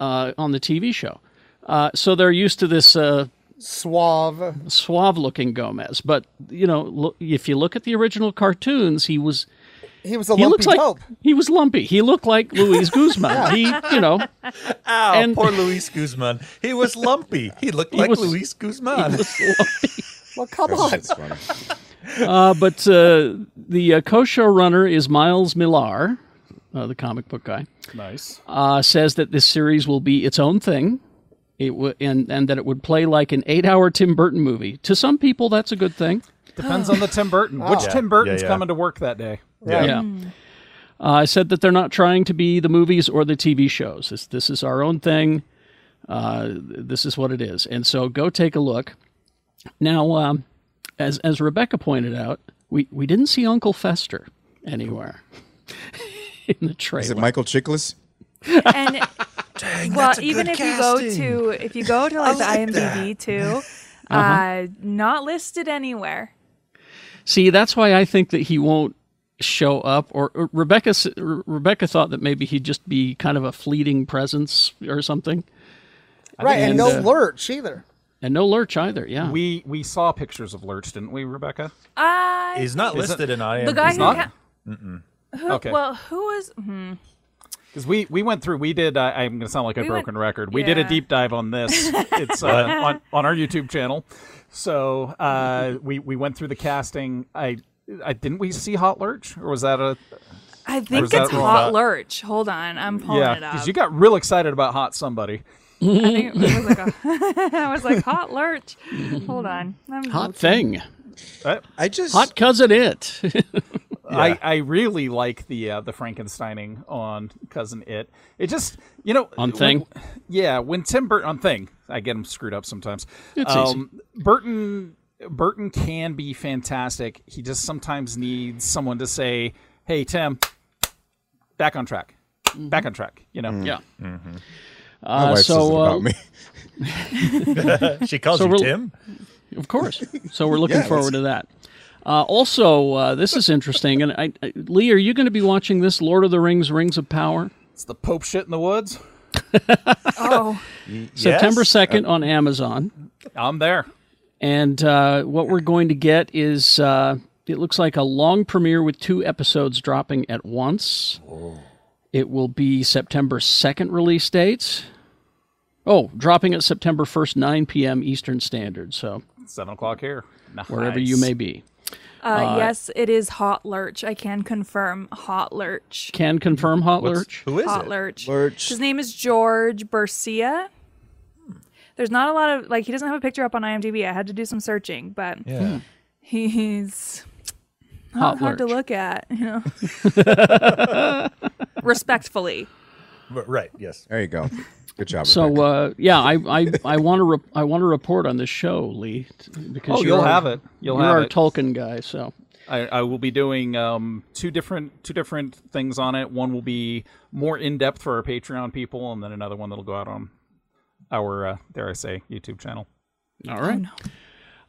D: uh, on the TV show. Uh, so they're used to this uh,
G: suave.
D: suave-looking Gomez, but you know, lo- if you look at the original cartoons, he was
G: He was a
D: he
G: lumpy
D: looks like
G: dope.
D: he was lumpy. He looked like Luis Guzman. He, you know,
E: Ow,
D: And-
E: poor Luis Guzman. He was lumpy. He looked like
D: was-
E: Luis Guzman.
G: Well, come
H: That
G: on.
H: shit's funny.
D: Uh, but uh, the uh, co-showrunner is Miles Millar, uh, the comic book guy.
I: Nice.
D: Uh, says that this series will be its own thing. It w- and and that it would play like an eight-hour Tim Burton movie. To some people, that's a good thing.
I: Depends on the Tim Burton. Which
E: Yeah,
I: Tim Burton's
E: yeah, yeah.
I: coming to work that day?
E: Yeah.
D: Yeah. Uh, I said that they're not trying to be the movies or the TV shows. This, this is our own thing. Uh, this is what it is. And so go take a look. Now, um, as, as Rebecca pointed out, we, we didn't see Uncle Fester anywhere in the trailer.
H: Is it Michael Chiklis?
F: and well, even if you go to if you go to like, the IMDb too, uh not listed anywhere.
D: See, that's why I think that he won't show up. Or, or Rebecca, s- Re- Rebecca thought that maybe he'd just be kind of a fleeting presence or something,
G: Right, and,
D: and,
G: no
D: uh,
G: lurch either.
D: and no lurch either. Yeah,
I: We we saw pictures of Lurch, didn't we, Rebecca?
F: Uh,
E: He's not listed in IMDb.
F: the guy who,
I: not?
F: ca-
I: Okay.
F: well, who was hmm,
I: Because we we went through. We did. Uh, I'm going to sound like a
F: We went-
I: broken record. We did a
F: yeah.
I: deep dive on this. It's uh, on on our YouTube channel. So uh, we we went through the casting. I. I, didn't we see Hot Lurch, or was that a
F: I
I: Or
F: think
I: is that
F: it's
I: wrong?
F: Hot Lurch. Hold on, I'm pulling
I: yeah?
F: it up.
I: Because you got real excited about Hot Somebody.
F: I, think it was like a, I was like Hot Lurch. Hold on, I'm
D: hot thing,
I: Uh,
H: I just
D: hot cousin. It.
I: I, I really like the uh, the Frankensteining on Cousin It. It just you know
D: On
I: when-
D: Thing?
I: yeah, when Tim Burton on Thing, I get him screwed up sometimes. Um,
D: It's
I: Burton Burton can be fantastic. He just sometimes needs someone to say, "Hey Tim, back on track, back on track." You know,
D: Mm. yeah.
H: my
D: Uh,
H: wife says it
D: so, uh,
H: about me.
E: she calls
D: So
E: you
D: we're-
E: Tim.
D: of course. So we're looking
H: Yeah,
D: forward to that. Uh, also, uh, this is interesting. And I, I, Lee, are you going to be watching this Lord of the Rings: Rings of Power?
I: it's the Pope shit in the woods.
F: Oh,
D: September
E: Yes.
D: second on Amazon.
I: I'm there.
D: And uh, what we're going to get is uh, it looks like a long premiere with two episodes dropping at once.
I: Oh.
D: It will be September 2nd release date. Oh, dropping at September 1st, 9 p.m. Eastern Standard. So
I: Seven o'clock here. Nice.
D: wherever you may be.
F: uh, yes, it is Hot Lurch. I can confirm Hot Lurch.
D: Can confirm Hot Lurch.
E: Who is
F: Hot
E: it?
F: Lurch.
H: Lurch.
F: His name is George Bercia. There's not a lot of like he doesn't have a picture up on IMDb. I had to do some searching, but
E: Yeah.
F: he's
D: Hot
F: not hard to
D: Lurch.
F: look at. You know? Respectfully,
E: R- Right. Yes.
H: There you go. Good job.
D: So
H: Rebecca.
D: uh, yeah, I I, I want to re- I want to report on this show, Lee, t- because
I: Oh,
D: you're
I: you'll
D: our-
I: have it. You'll
D: You're
I: have
D: our
I: it.
D: Tolkien guy, so
I: I, I will be doing um, two different two different things on it. One will be more in depth for our Patreon people, and then another one that'll go out on our uh, dare I say YouTube channel.
D: all right.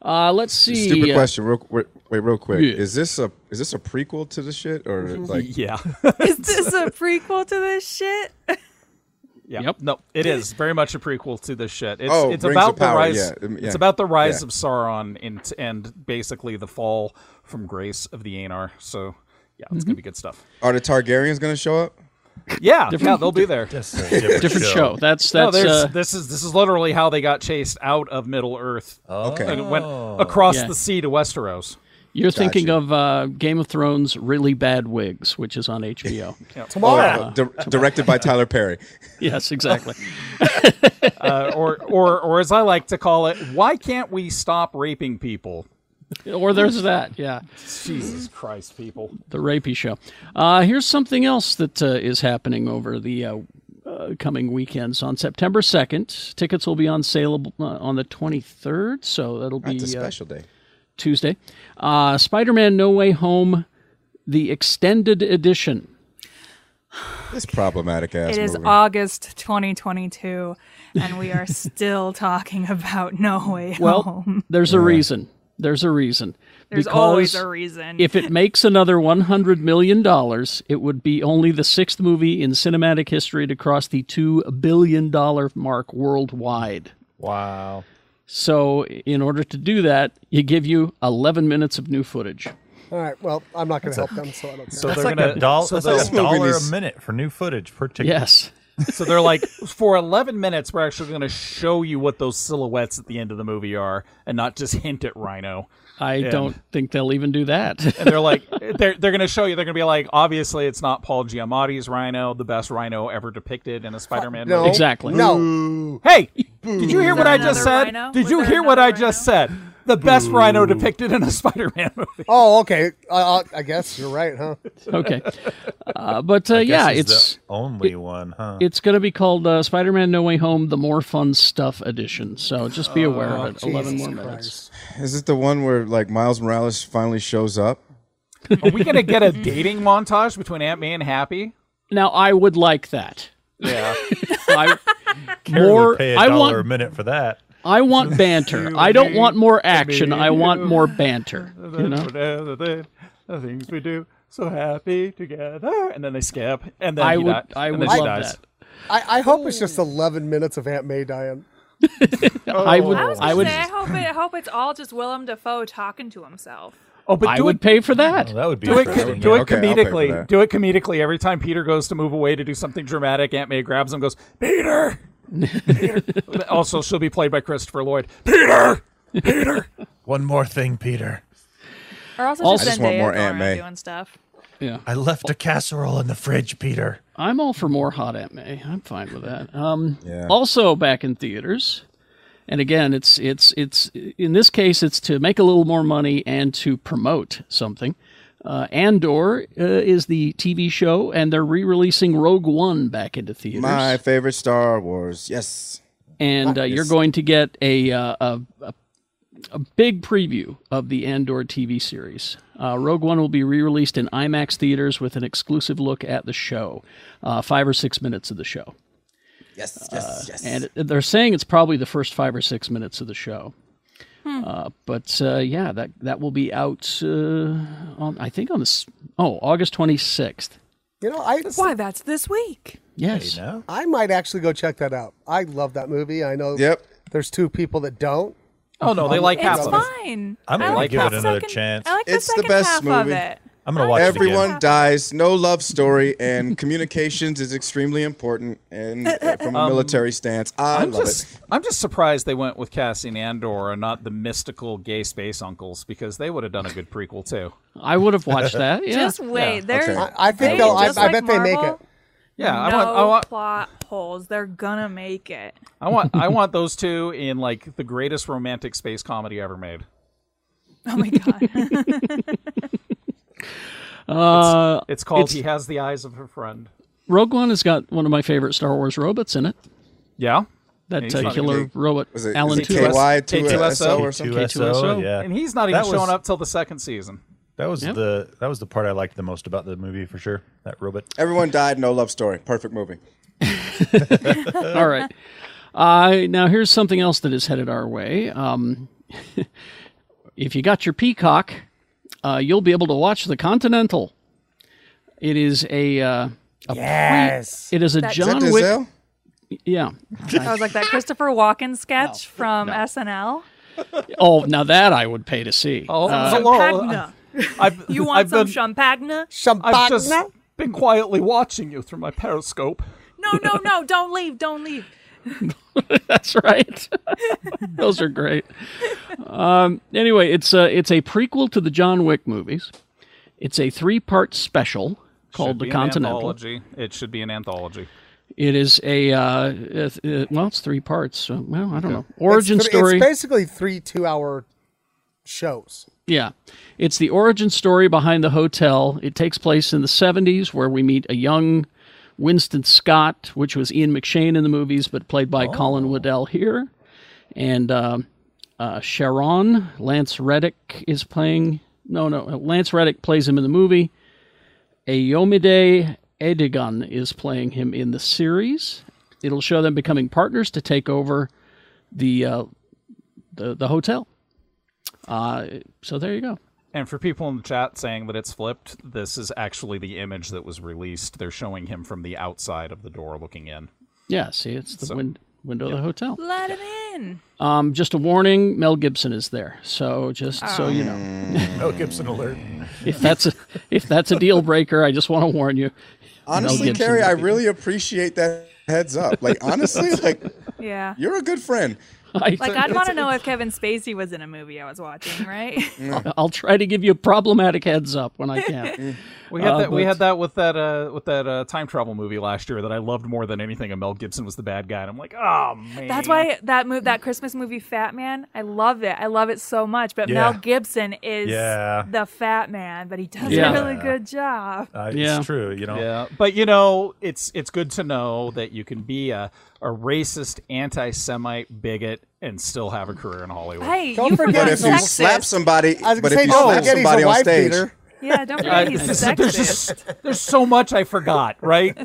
D: uh, let's see.
H: stupid
D: uh,
H: question. Real, wait, wait, real quick.
D: Yeah.
H: Is this a is this a prequel to the shit or like?
I: Yeah,
F: is this a prequel to this shit?
I: yeah.
D: Yep.
I: No, it is very much a prequel to this shit. It's,
H: Oh,
I: it's
H: Rings
I: about
H: of Power,
I: the rise.
H: yeah, um, yeah,
I: It's about the rise
H: yeah.
I: of Sauron and and basically the fall from grace of the Anar. So yeah, it's
D: Mm-hmm.
I: gonna be good stuff.
H: Are the Targaryens gonna show up?
I: Yeah, yeah, they'll be there.
E: That's a different,
D: Different show. That's that's
I: no, there's,
D: uh,
I: this is this is literally how they got chased out of Middle Earth
J: Oh.
H: Okay.
I: and went across
D: Yeah.
I: the sea to Westeros.
D: You're thinking of uh, Game of Thrones Really Bad Wigs, which is on HBO.
G: Tomorrow.
H: Oh, Di- directed by Tyler Perry.
D: yes, exactly.
I: Uh, or, or, or as I like to call it, why can't we stop raping people?
D: or there's that. Yeah.
I: Jesus Christ, people.
D: the rapey show. Uh, here's something else that uh, is happening over the uh, uh, coming weekends. On September 2nd, tickets will be on sale uh, on the 23rd, so that'll be
H: It's a
D: uh,
H: special day.
D: Tuesday. Uh, Spider Man No Way Home, the extended edition.
H: This problematic ass
F: It is
H: movie.
F: August 2022, and we are still talking about No Way
D: Well,
H: Oh.
F: Home.
D: there's a reason. There's a reason.
F: There's always a reason.
D: If it makes another $100 million, it would be only the sixth movie in cinematic history to cross the $2 billion mark worldwide.
I: Wow.
D: So, in order to do that, you give you 11 minutes of new footage.
G: All right. Well, I'm not going to help them, so I don't care.
I: So
J: That's
I: they're
J: like
I: gonna
J: a, doll,
I: so
J: that's
I: they'll-
J: like a
H: This movie
J: dollar
H: needs-
J: a minute for new footage per ticket.
D: Yes.
I: So they're like, for 11 minutes, we're actually going to show you what those silhouettes at the end of the movie are and not just hint at Rhino.
D: I don't think they'll even do that.
I: And they're like, they're, they're going to show you, they're going to be like, obviously, it's not Paul Giamatti's Rhino, the best Rhino ever depicted in a Spider Man
G: no.
I: movie.
D: exactly.
G: No.
I: Hey, did you hear what
F: there
I: I just
F: another
I: said?
F: Rhino?
I: Did
F: Was
I: you
F: there
I: hear what
F: another
I: I just said? The best Rhino depicted in a Spider Man movie.
G: Oh, okay. Uh, I guess you're right, huh?
D: Okay. Uh, but uh, yeah,
J: Guess he's
D: it's
J: the only one, huh?
D: it's going to be called uh, Spider Man No Way Home, the more fun stuff edition. So, just be aware
J: Oh,
D: of it. 11 more minutes.
H: Is it the one where like Miles Morales finally shows up?
I: Are we going to get a dating montage between Aunt May and Happy?
D: Now, I would like that.
I: Yeah.
D: I,
J: Barely
D: more,
J: pay a
D: I
J: dollar a
D: want,
J: minute for that.
D: I want banter. I don't want more action. I want more banter. You know?
I: Whatever the, the things we do, so happy together. And then they skip, and then
D: I
I: he
D: would,
I: di-
D: I
I: and
D: would
I: then she
D: love
I: dies.
D: that.
G: I, I hope it's just 11 minutes of Aunt May dying.
D: I would,
F: I was gonna
D: I would,
F: say, I hope, it, I hope it's all just Willem Dafoe talking to himself.
I: Oh, but
D: I
I: do
D: would
I: it,
D: pay for that.
J: Oh, that would be
I: do it,
J: interesting.
I: do it
H: Okay, I'll pay for
I: comedically.
H: that.
I: Do it comedically. Every time Peter goes to move away to do something dramatic, Aunt May grabs him, and goes, "Peter." Peter. also, she'll be played by Christopher Lloyd. Peter. Peter.
J: One more thing, Peter.
F: Or also,
D: Also- I
F: just
H: just want
F: Zendaya
H: more
F: going
H: Aunt
F: around
H: May.
F: doing stuff.
J: I left a casserole in the fridge, Peter.
D: I'm all for more hot Aunt May. I'm fine with that. Um,
H: Yeah.
D: Also back in theaters, and again, it's it's it's in this case, it's to make a little more money and to promote something. Uh, Andor uh, is the TV show, and they're re-releasing Rogue One back into theaters.
H: My favorite Star Wars. Yes.
D: and uh, you're going to get a, uh, a, a a big preview of the Andor TV series. Uh, Rogue One will be re-released in IMAX theaters with an exclusive look at the show, uh, five or six minutes of the show,
H: Yes. Yes. yes.
D: and it- they're saying it's probably the first five or six minutes of the show. Uh, but uh, yeah, that that will be out. Uh, on, I think on this. Oh, August twenty sixth.
G: You know, I
F: Why, that's this week.
D: Yes.
G: I might actually go check that out. I love that movie. I know
H: Yep.
G: there's two people that don't.
I: Oh no, they like half
F: It's
I: of us.
F: fine.
J: I'm
F: I
J: gonna
F: like
J: give
F: the
J: it another
F: second-
J: chance.
F: I like the
H: It's the
F: second
H: best
F: half
H: movie.
F: of it.
J: I'm gonna watch
H: Everyone
J: it again.
H: dies. No love story, and communications is extremely important. And uh, from
J: Um,
H: a military stance, I
I: I'm
H: love
I: just,
H: it.
I: I'm just surprised they went with Cassian Andor and not the mystical gay space uncles because they would have done a good prequel too.
D: I would have watched that. Yeah.
F: Just wait. They're,
H: Okay.
G: I think
F: they,
G: they'll- I-
F: just
G: I
F: like
G: bet they make
F: Marvel,
G: it.
I: Yeah,
F: no
I: I want, I want,
F: plot holes. They're gonna make it.
I: I want, I want those two in like the greatest romantic space comedy ever made.
F: Oh my god.
D: uh,
I: It's called
D: It's-
I: "He Has the Eyes of a Friend."
D: Rogue One has got one of my favorite Star Wars robots in it.
I: Yeah,
D: That
I: he's
D: uh,
I: not
D: killer
H: gonna-
D: robot,
H: Was it,
D: Alan
H: is it
I: Tudyk.
D: Tudyk.
H: KY to
I: K2SO?
H: SO or something?
D: K2SO.
J: yeah.
I: and he's not even
J: That was-
I: showing up till the second season.
J: That was
D: Yep.
J: the that was the part I liked the most about the movie for sure. That robot.
H: Everyone died. No love story. Perfect movie.
D: All right. Uh, now, here's something else that is headed our way. Um, if you got your Peacock, uh, you'll be able to watch The Continental. It is a. Uh, a yes. it is a
H: Is that
D: John Wick.
H: Denzel?
D: Yeah.
F: I was like that Christopher Walken sketch from SNL.
D: Oh, now that I would pay to see.
I: Oh,
F: Champagne.
I: I've,
F: You want
I: I've
F: some
I: been,
F: champagne?
I: I've
G: Champagne.
I: just been quietly watching you through my periscope.
F: No, no, no! Don't leave! Don't leave!
D: That's right. Those are great. Um, Anyway, it's a, it's a prequel to the John Wick movies. It's a three part special called
I: Should
D: The
I: be an
D: Continental.
I: anthology. It should be an anthology.
D: It is a uh, it- it- well, it's three parts. So, well, I don't know. Origin
G: it's, th-
D: story.
G: It's basically three two-hour shows.
D: Yeah. It's the origin story behind the hotel. It takes place in the 70s where we meet a young Winston Scott, which was Ian McShane in the movies, but played by Colin Waddell here. And um uh, Sharon, Lance Reddick is playing. No, no. uh, Lance Reddick plays him in the movie. Ayomide Edigan is playing him in the series. It'll show them becoming partners to take over the uh, the, the hotel. Uh, so there you go.
I: And for people in the chat saying that it's flipped, this is actually the image that was released. They're showing him from the outside of the door looking in.
D: Yeah, see, it's the win- window of the hotel.
F: Let him in.
D: Um, just a warning: Mel Gibson is there, so just so you know,
J: Mel Oh, Gibson alert.
D: if that's a, if that's a deal breaker, I just want to warn you.
H: Honestly,
D: Gibson
H: Carrie,
D: would
H: I
D: be-
H: really appreciate that heads up. Like honestly, like
F: Yeah.
H: you're a good friend.
D: I,
F: Like I'd want to know if Kevin Spacey was in a movie I was watching, right?
D: I'll try to give you a problematic heads up when I can.
I: We had
D: Uh,
I: that. we
D: but-
I: had that with that uh, with that uh, time travel movie last year that I loved more than anything. And Mel Gibson was the bad guy, and I'm like, oh man.
F: That's why that move,
G: Mm.
F: that Christmas movie, Fat Man, I love it. I love it so much. But
J: Yeah.
F: Mel Gibson is
J: Yeah.
F: the Fat Man, but he does
D: Yeah.
F: a really good job.
J: Uh,
D: Yeah.
J: It's true, you know.
I: Yeah, but you know, it's it's good to know that you can be a, a racist, anti-Semite, bigot, and still have a career in Hollywood.
F: Hey,
G: Don't
F: you forgot
G: forget Yeah,
H: But if
G: he's
H: you
F: sexist.
G: sexist.
H: slap somebody,
G: I was
H: but
G: gonna
H: if
G: say,
H: you
G: don't
H: slap
G: forget he's
H: somebody
G: a
H: on
G: wife
H: stage,
G: beater.
F: Yeah, don't forget he's sexist.
I: there's just there's so much I forgot, right?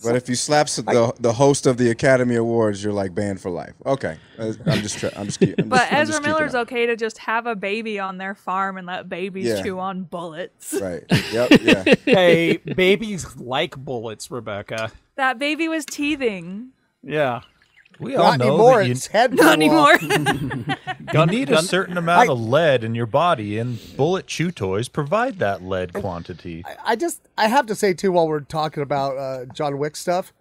H: but if you slap s- the, the host of the Academy Awards, you're like banned for life. Okay, Uh, I'm just tra- I'm just keep- I'm
F: But
H: just- I'm
F: Ezra
H: just keeping
F: Miller's
H: up.
F: okay to just have a baby on their farm and let babies
H: Yeah.
F: chew on bullets.
H: Right. Yep. Yeah.
I: hey, babies like bullets, Rebecca.
F: That baby was teething.
I: Yeah.
J: We all
G: Not
J: know
G: anymore.
J: that you,
G: It's head
F: Not anymore.
J: you need a certain amount of lead in your body, and bullet chew toys provide that lead quantity.
G: I just I have to say too while we're talking about uh, John Wick stuff,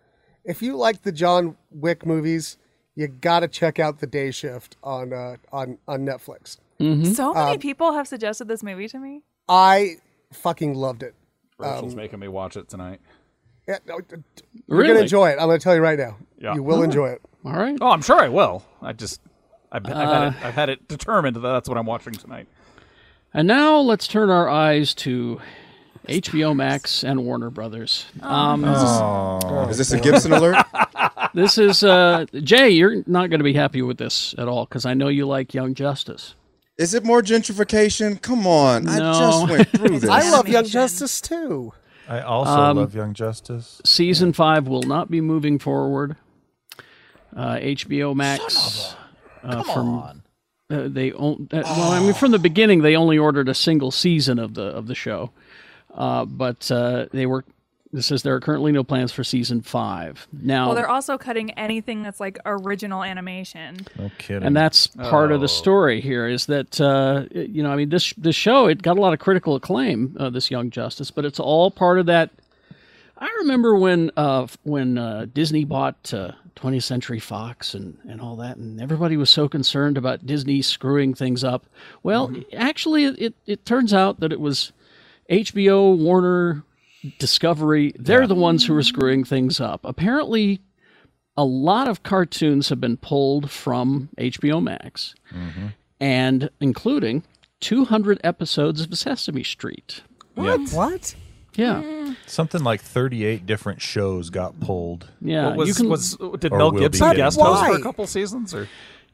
G: if you like the John Wick movies, you gotta check out the Day Shift on uh, on on Netflix.
F: so many
G: Um,
F: people have suggested this movie to me.
G: I fucking loved it.
I: Rachel's
D: Um,
I: making me watch it tonight.
G: Yeah, no, d- d- You're
D: Really?
G: gonna enjoy it. I'm gonna tell you right now.
I: Yeah.
G: You will enjoy it.
D: All right.
I: Oh, I'm sure I will. I just I've, I've,
D: Uh,
I: had it, I've had it determined that that's what I'm watching tonight.
D: And now let's turn our eyes to HBO Max and Warner Brothers. Um,
H: Is this a Gibson alert?
D: This is uh, Jay. You're not going to be happy with this at all because I know you like Young Justice.
H: Is it more gentrification? Come on. I
D: No.
H: just went through this.
G: I love Young
F: Animation.
G: Justice too.
J: I also
G: Um,
J: love Young Justice.
D: Season five will not be moving forward. Uh, HBO Max. uh, from, uh, they on, uh, well, I mean, from the beginning, they only ordered a single season of the of the show, uh, but uh, they were. This is there are currently no plans for season five now,
F: Well, they're also cutting anything that's like original animation.
J: No kidding.
D: and that's part of the story here. Is that uh, you know, I mean, this this show it got a lot of critical acclaim, uh, this Young Justice, but it's all part of that. I remember when uh, f- when uh, Disney bought uh, 20th Century Fox and, and all that, and everybody was so concerned about Disney screwing things up. Well, actually, it, it, it turns out that it was HBO, Warner, Discovery. They're the ones who were screwing things up. Apparently, a lot of cartoons have been pulled from HBO Max,
I: Mm-hmm.
D: and including 200 episodes of Sesame Street.
J: Yep.
G: What?
D: Yeah,
J: Something like 38 different shows got pulled.
D: yeah.
I: What was,
D: you can,
I: was did
J: Or
I: Mel
J: will be
I: Gibson
J: getting
I: guest
G: But
I: host for
G: why?
I: a couple seasons or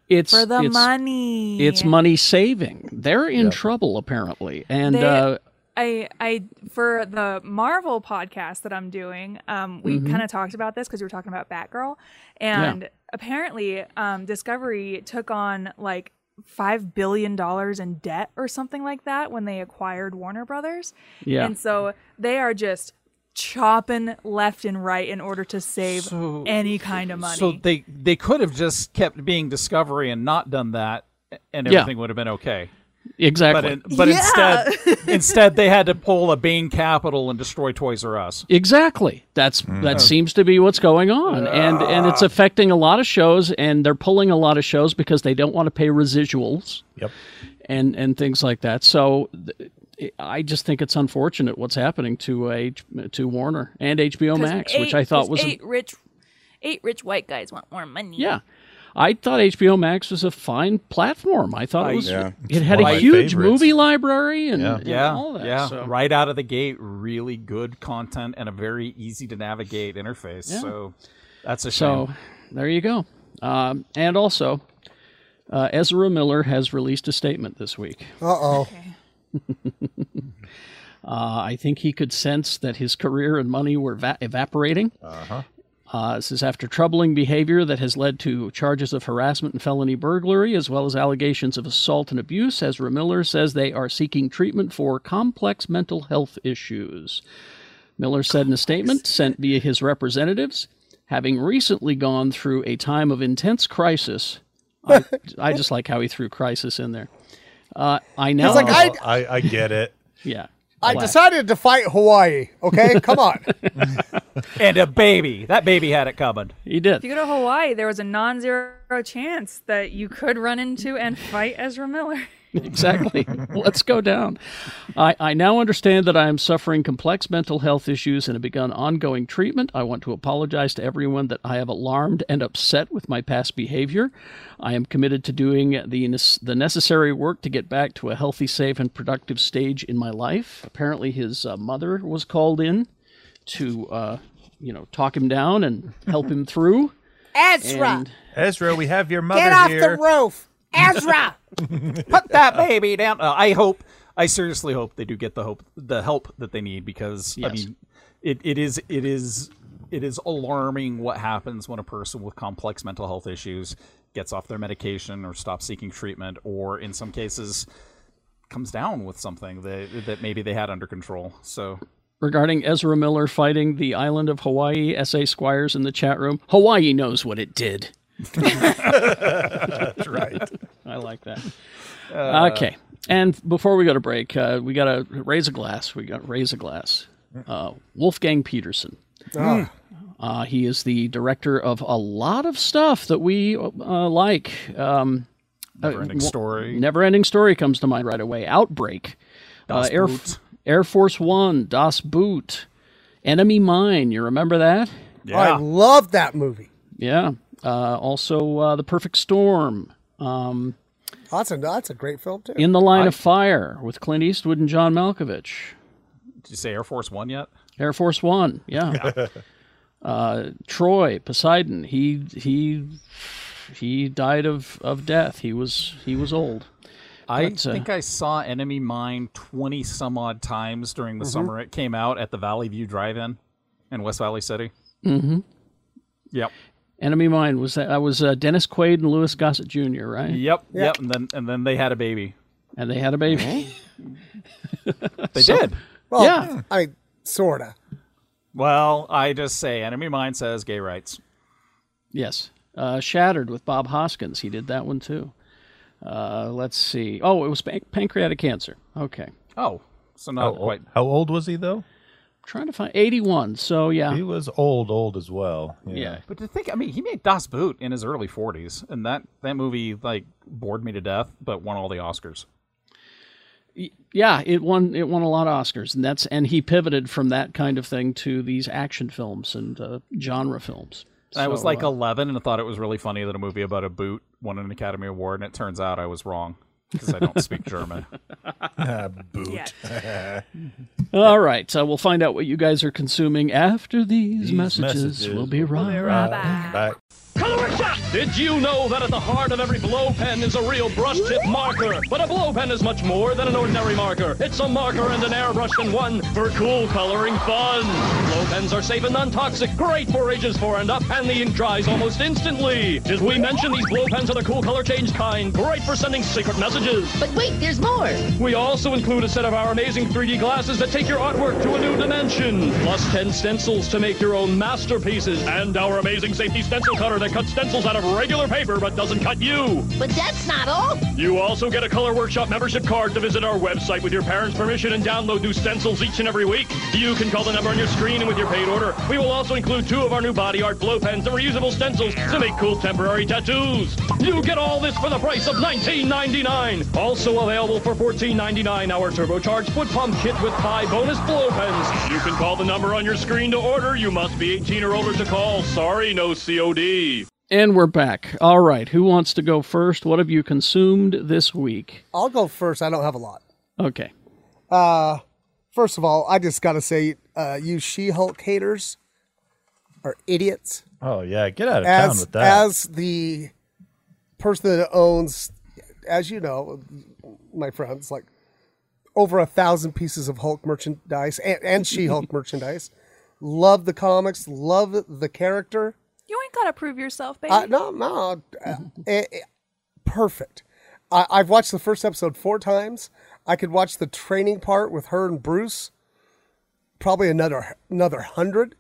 D: it's
F: For the
D: it's,
F: money.
D: It's money saving. They're in trouble apparently, and
F: They-
D: uh,
F: I I for the Marvel podcast that I'm doing, um, we
D: Mm-hmm.
F: kind of talked about this because we were talking about Batgirl, and apparently, um, Discovery took on like five billion dollars in debt or something like that when they acquired Warner Brothers,
D: yeah,
F: and so they are just chopping left and right in order to save any kind of money.
I: So they they could have just kept being Discovery and not done that, and
D: Yeah.
I: everything would have been okay. But,
D: Exactly.
I: in, but instead, instead they had to pull a Bain Capital and destroy Toys R Us.
D: Exactly. That's
J: Hmm.
D: that seems to be what's going on, and and
J: Ah.
D: it's affecting a lot of shows, and they're pulling a lot of shows because they don't want to pay residuals.
J: Yep.
D: And and things like that. So, th- I just think it's unfortunate what's happening to a to Warner and HBO Max, which I thought was a-
F: eight rich, eight rich white guys want more money.
D: yeah. I thought HBO Max was a fine platform. I thought
I: I-
D: it was.
H: Yeah.
D: It had a
J: It's one of my
D: huge
J: favorites.
D: movie library and,
J: Yeah.
D: and
I: Yeah,
D: all that.
I: yeah.
D: so-
I: Right out of the gate, really good content and a very easy to navigate interface. So that's a shame.
D: So there you go. Um, and also, uh, Ezra Miller has released a statement this week.
G: Uh oh.
D: Uh, I think he could sense that his career and money were va- evaporating. Uh-huh. this is after troubling behavior that has led to charges of harassment and felony burglary, as well as allegations of assault and abuse. Ezra Miller says they are seeking treatment for complex mental health issues. Miller said in a statement sent via his representatives, having recently gone through a time of intense crisis. I, I just like how he threw crisis in there. Uh, I now,
G: like, I-
J: Oh, I, I get it.
D: yeah,
G: I
D: Wow.
G: decided to fight Hawaii. Okay, come on.
I: and a baby. That baby had it coming.
D: he did.
F: If you go to Hawaii, there was a non-zero chance that you could run into and fight Ezra Miller.
D: exactly. Let's go down. I, I now understand that I am suffering complex mental health issues and have begun ongoing treatment. I want to apologize to everyone that I have alarmed and upset with my past behavior. I am committed to doing the, nes- the necessary work to get back to a healthy, safe, and productive stage in my life. Apparently, his uh, mother was called in to, uh, you know, talk him down and help him through.
G: Ezra,
D: And
J: Ezra, we have your mother
G: get off
J: here.
G: the roof. Ezra.
I: Put that baby down. Uh, I hope. I seriously hope they do get the hope, the help that they need because I
D: Yes.
I: mean, it, it is it is it is alarming what happens when a person with complex mental health issues gets off their medication or stops seeking treatment or in some cases comes down with something that that maybe they had under control. So
D: regarding Ezra Miller fighting the island of Hawaii. S.A. Squires in the chat room. Hawaii knows what it did.
J: That's right. Uh,
D: I like that. okay. And before we go to break, uh, we got to raise a glass. We got to raise a glass. Uh, Wolfgang Peterson. Uh, he is the director of a lot of stuff that we uh, like. Um,
I: ending story.
D: Never Ending Story comes to mind right away. Outbreak, uh, Air,
I: Boot.
D: Air Force One, Das Boot, Enemy Mine. You remember that?
G: I love that movie.
D: Yeah. Uh, also, uh, The Perfect Storm, Um,
G: That's a that's a great film too.
D: In the Line of Fire with Clint Eastwood and John Malkovich.
I: Did you say Air Force One yet?
D: Air Force One, yeah. uh, Troy Poseidon, he he he died of, of death. He was he was old.
I: I
D: But, uh,
I: think I saw Enemy Mine 20 some odd times during
D: Mm-hmm.
I: the summer it came out at the Valley View Drive In in West Valley City. Mm-hmm. Yep.
D: Enemy Mine was that I was uh, Dennis Quaid and Louis Gossett Jr. Right,
I: Yep. Yep. And then and then they had a baby.
D: and they had a baby.
I: They did.
G: well,
D: yeah.
G: I mean, sorta.
I: Well, I just say Enemy Mine says gay rights.
D: yes, uh, Shattered with Bob Hoskins. He did that one too. Uh, let's see. Oh, it was pan- pancreatic cancer. Okay,
I: Oh, so
J: How,
I: not
J: old-
I: quite.
J: how old was he though?
D: trying to find eighty one. So yeah,
G: Uh.
J: He was old, old as well.
D: yeah.
I: But to think, I mean, he made Das Boot in his early 40s, and that that movie like bored me to death, but won all the Oscars.
D: yeah, it won it won a lot of Oscars, and that's and he pivoted from that kind of thing to these action films and uh, genre films.
I: And I was
D: So,
I: like
D: uh,
I: 11 and I thought it was really funny that a movie about a boot won an Academy Award, and it turns out I was wrong because I don't speak German.
J: Ah,
F: Yeah.
D: all right, so we'll find out what you guys are consuming after these,
J: These
D: messages.
J: messages
D: We'll be
J: will be
D: right,
J: Right.
D: back.
J: Back.
B: Did you know that at the heart of every blow pen is a real brush tip marker? But a blow pen is much more than an ordinary marker. It's a marker and an airbrush in one for cool coloring fun. Blow pens are safe and non-toxic, great for ages four and up, and the ink dries almost instantly. Did we mention these blow pens are the cool color change kind, great for sending secret messages?
K: But wait, there's more.
B: We also include a set of our amazing 3D glasses that take your artwork to a new dimension, plus 10 stencils to make your own masterpieces, and our amazing safety stencil cutter that cuts stencils. stencils out of regular paper but doesn't cut you.
K: But that's not all.
B: You also get a Color Workshop membership card to visit our website with your parents' permission and download new stencils each and every week. You can call the number on your screen and with your paid order. We will also include two of our new body art blow pens and reusable stencils to make cool temporary tattoos. You get all this for the price of $19.99. Also available for $14.99 our turbocharged foot pump kit with five bonus blow pens. You can call the number on your screen to order. You must be 18 or older to call. Sorry, no COD.
D: And we're back. All right. Who wants to go first? What have you consumed this week?
G: I'll go first. I don't have a lot.
D: Okay.
G: Uh, first of all, I just got to say, uh, you She Hulk haters are idiots.
J: Oh yeah, get out of town
G: As,
J: with that.
G: as the person that owns, as you know, my friends, like over a thousand pieces of Hulk merchandise and, and She Hulk merchandise, love the comics, love the character.
F: You ain't gotta prove yourself, baby.
G: Uh, no, no, uh, eh, eh, perfect. I, I've watched the first episode four times. I could watch the training part with her and Bruce, probably another another 100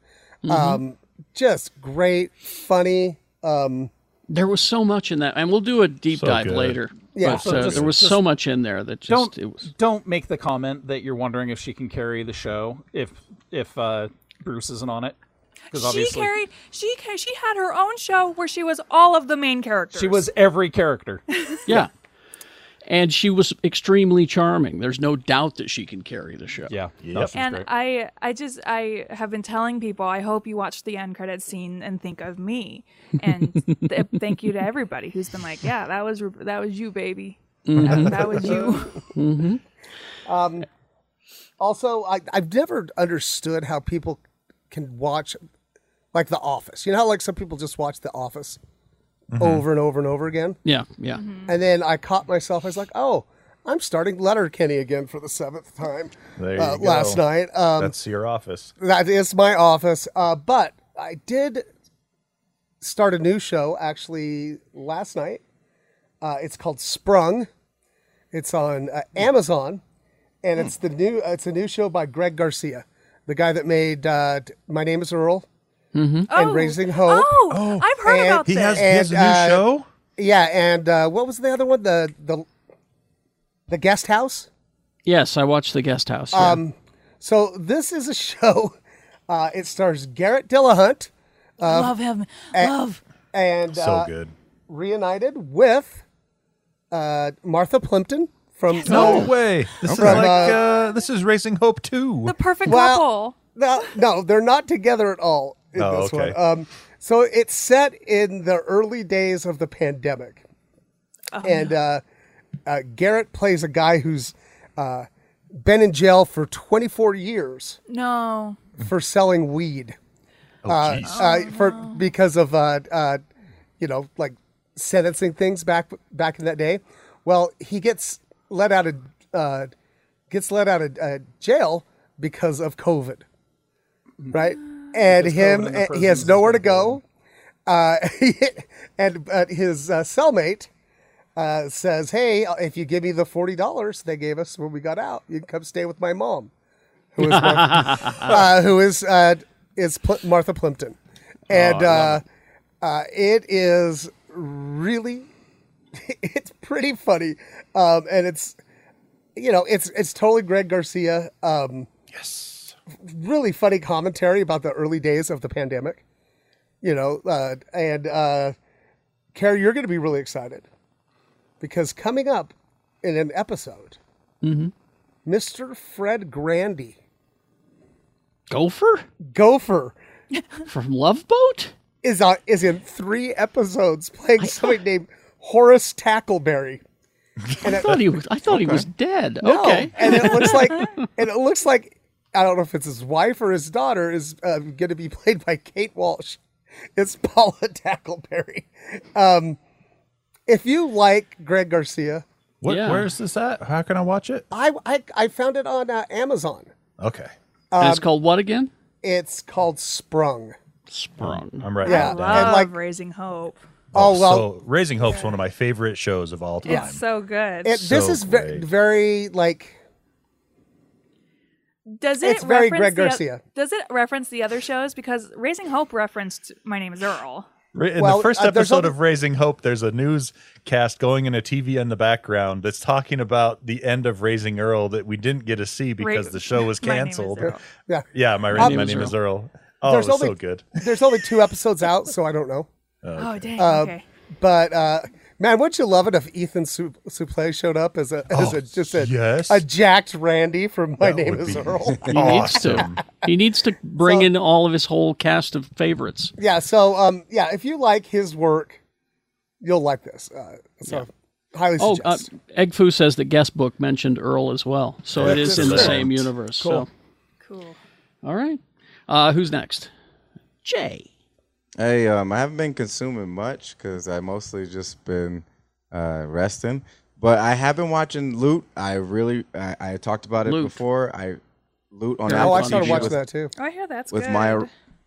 G: Um, just great, funny. Um,
D: There was so much in that, and we'll do a deep
J: So
D: dive
J: good.
D: later.
G: Yeah.
D: but,
G: So
D: uh,
I: just-
D: there was
I: just-
D: so much in there that just
I: don't
D: it was.
I: don't make the comment that you're wondering if she can carry the show if if uh, Bruce isn't on it because
F: she
I: obviously
F: carried. She ca- she had her own show where she was all of the main characters.
I: she was every character.
D: Yeah. And she was extremely charming. There's no doubt that she can carry the show.
I: Yeah,
J: Yep.
F: and I I just I have been telling people I hope you watch the end credits scene and think of me. And th- thank you to everybody who's been like, yeah, that was Ru- that was you, baby.
G: Mm-hmm.
F: That, that was you.
G: also, I, I've never understood how people can watch, like The Office. You know how like some people just watch The Office over and over and over again.
D: Yeah. Yeah.
G: And then I caught myself. I was like, oh, I'm starting Letterkenny again for the seventh time
J: There you
G: uh,
J: go.
G: last night. Um,
J: That's your office.
G: that is my office. Uh, but I did start a new show actually last night. Uh, it's called Sprung. It's on uh, Amazon, and it's the new. uh, it's a new show by Greg Garcia, the guy that made uh, t- My Name Is Earl and Raising Hope.
F: Oh, I've heard
G: and-
F: about
G: He
F: this.
G: has- he has a new And, uh,
J: show.
G: Yeah, and uh, what was the other one? The the the Guest House.
D: Yes, I watched The Guest House. yeah.
G: So this is a show. Uh, it stars Garrett Dillahunt uh,
F: Love him. Love.
G: and
J: So
G: uh,
J: good.
G: reunited with uh, Martha Plimpton from
J: No
G: uh,
J: way. This is
G: From,
J: like
G: uh,
J: uh, this is Racing Hope too.
F: The perfect
G: Well-
F: couple.
G: No, no, they're not together at all in
J: Oh,
G: this
J: okay.
G: one. Um, so it's set in the early days of the pandemic,
F: Oh,
G: and uh, uh, Garrett plays a guy who's uh, been in jail for 24 years
F: No.
G: for selling weed.
J: oh, jeez.
G: uh, for because of uh, uh, you know like sentencing things back back in that day. Well, he gets let out of uh, gets let out of uh, jail because of COVID, right? And him,
I: and the
G: and he has
I: prisons
G: nowhere to go. Uh, and uh, his uh, cellmate uh, says, "Hey, if you give me the forty dollars they gave us when we got out, you can come stay with my mom." who is Martha, uh, who is uh, is Pl- Martha Plimpton, and uh, uh, it is really it's pretty funny, um, and it's you know it's it's totally Greg Garcia. Um, yes, really funny commentary about the early days of the pandemic. You know, uh, and uh, Carrie, you're going to be really excited because coming up in an episode, Mr. Fred Grandy.
D: Gopher
G: Gopher
D: from Love Boat?
G: is on, is in three episodes playing somebody named Horace Tackleberry.
D: I thought he was. I thought he was dead. Oh.
G: No. um,
D: Okay.
J: Oh.
G: and it looks like and it looks like I don't know if it's his wife or his daughter is uh, going to be played by Kate Walsh. It's Paula Tackleberry. Um, if you like Greg Garcia,
J: What,
D: yeah.
J: Where's this at? How can I watch it?
G: I I, I found it on uh, Amazon.
J: Okay,
D: and it's called what again?
G: It's called Sprung.
D: Sprung.
J: I'm right
G: Yeah.
J: now.
G: And,
F: Love
G: like-
F: raising hope.
G: Oh, well,
J: so Raising Hope's one of my favorite shows of all time.
F: It's so good.
G: it, this
J: So
G: is ve-
J: great.
G: very like
F: Does it?
G: It's very
F: reference
G: Greg
F: the oth-
G: Garcia.
F: does it reference the other shows? Because Raising Hope referenced My Name Is Earl.
J: Ra- In
G: Well,
J: the first
G: uh, there's
J: episode
G: other-
J: of Raising Hope, there's a newscast going in a TV in the background that's talking about the end of Raising Earl that we didn't get to see because the show was
F: My Name is
J: canceled. Uh,
F: Earl.
G: Yeah.
J: Yeah, my,
G: Um,
J: my name is Earl. Oh,
G: There's
J: it was
G: only-
J: so good.
G: There's only two episodes out, so I don't know.
F: Oh, dang. okay.
G: But uh, man, wouldn't you love it if Ethan Su- Suplee showed up as a as a just a,
J: yes.
G: a jacked Randy from My Name
J: would
G: Is
J: be-
G: Earl?
D: He needs to. He needs to bring in all of his whole cast of favorites.
G: yeah. So um, yeah, if you like his work, you'll like this. Uh, so highly
D: Oh, uh,
G: suggest.
D: Egg Foo says the guest book mentioned Earl as well, so it is in the same universe. So,
F: Cool.
D: all right, uh, who's next? Jay.
H: Hey, um, I haven't been consuming much because I mostly just been uh, resting. But I have been watching Loot. I really, I, I talked about it
D: Loot.
H: before. I Loot on
D: Yeah,
G: oh,
H: Apple
G: I
D: on
G: started
H: TV
G: watching
H: with,
G: that too.
F: Oh, I hear that's
H: with
F: good.
H: Maya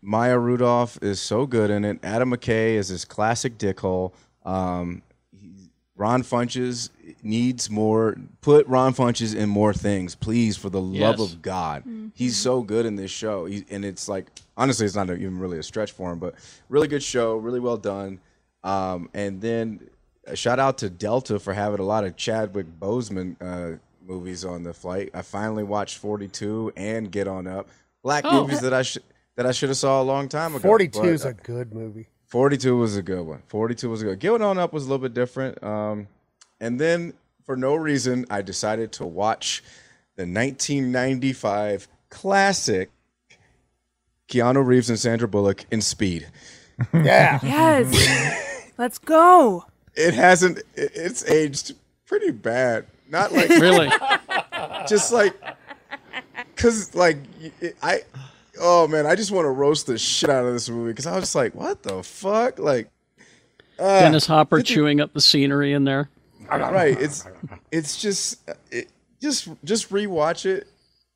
H: Maya Rudolph is so good in it. Adam McKay is his classic dickhole. Um, he- Ron Funches needs more. Put Ron Funches in more things, please, for the love
D: Yes.
H: of God. He's so good in this show, he, and it's like honestly, it's not even really a stretch for him, but really good show, really well done. Um, and then a shout out to Delta for having a lot of Chadwick Boseman uh, movies on the flight. I finally watched 42 and Get On Up, black
D: Oh.
H: movies that I should that I should have saw a long time ago.
G: Forty two is
H: but,
G: a good movie.
H: 42 was a good one. 42 was a good. Get on up was a little bit different. Um, and then for no reason, I decided to watch the 1995 classic Keanu Reeves and Sandra Bullock in Speed.
G: Yeah.
F: Yes. Let's go.
H: It hasn't. it- It's aged pretty bad. Not like
D: Really?
H: just like because like y- i oh man i just want to roast the shit out of this movie because i was just like what the fuck like
D: Dennis Hopper chewing up the scenery in there.
H: right it's it's just it, just just rewatch it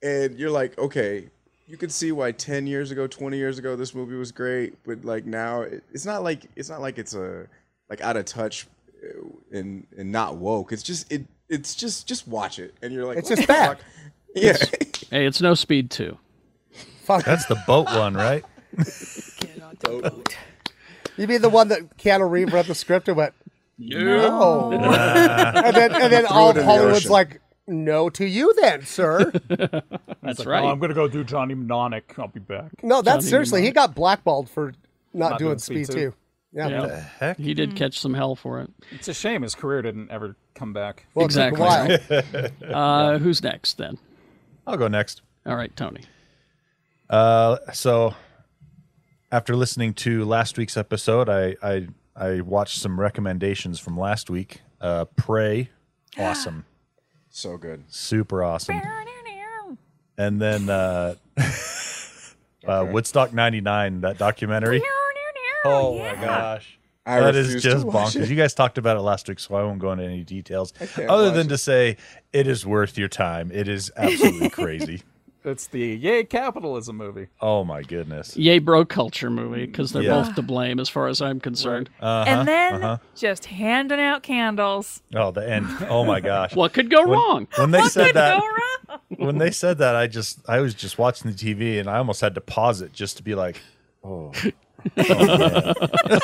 H: and you're like okay you can see why 10 years ago 20 years ago this movie was great but like now it, it's not like it's not like it's a like out of touch uh, and and not woke it's just it it's just just watch it and you're like
G: It's
H: what
G: just
H: the
G: bad.
H: fuck? yeah
D: Hey, it's no speed two.
G: Fuck.
J: That's the boat one, right?
G: You mean the one that Keanu Reeves read the script and went, no. and then, and then all of
H: in the
G: Hollywood's
H: ocean.
G: like, no to you then, sir.
D: That's
I: It's like,
D: right.
I: "Oh, I'm gonna go do Johnny Mnemonic. I'll be back.
G: No, that's
D: Johnny
G: seriously, he
D: Mnemonic.
G: got blackballed for not,
I: Not
G: doing
I: doing
G: Speed
I: Speed
G: 2.
I: two.
G: Yeah.
D: Yeah. He did catch some hell for it.
I: It's a shame his career didn't ever come back.
G: Well,
D: Exactly.
G: It took a while.
D: Uh, Who's next then?
J: I'll go next.
D: All right, Tony.
J: Uh, so after listening to last week's episode, I I, I watched some recommendations from last week. Uh, Prey, awesome,
H: so good
J: super awesome, and then uh, uh, Woodstock '99, that documentary. Oh
F: yeah.
J: my gosh.
H: I
J: that is
H: refuse to
J: just
H: watch
J: bonkers.
H: it.
J: You guys talked about it last week, so I won't go into any details
H: can't
J: other
H: watch
J: than
H: it.
J: to say it is worth your time. It is absolutely crazy.
I: It's the yay capitalism movie.
J: Oh my goodness.
D: Yay, bro culture movie because they're
J: Yeah.
D: both to blame as far as I'm concerned.
J: Uh-huh.
F: and then just handing out candles.
J: Oh, the end. Oh my gosh.
D: What could go
J: When-
D: wrong?
J: When they said
F: Could
J: that,
F: go wrong.
J: when they said that, I just I was just watching the TV and I almost had to pause it just to be like, oh. oh man.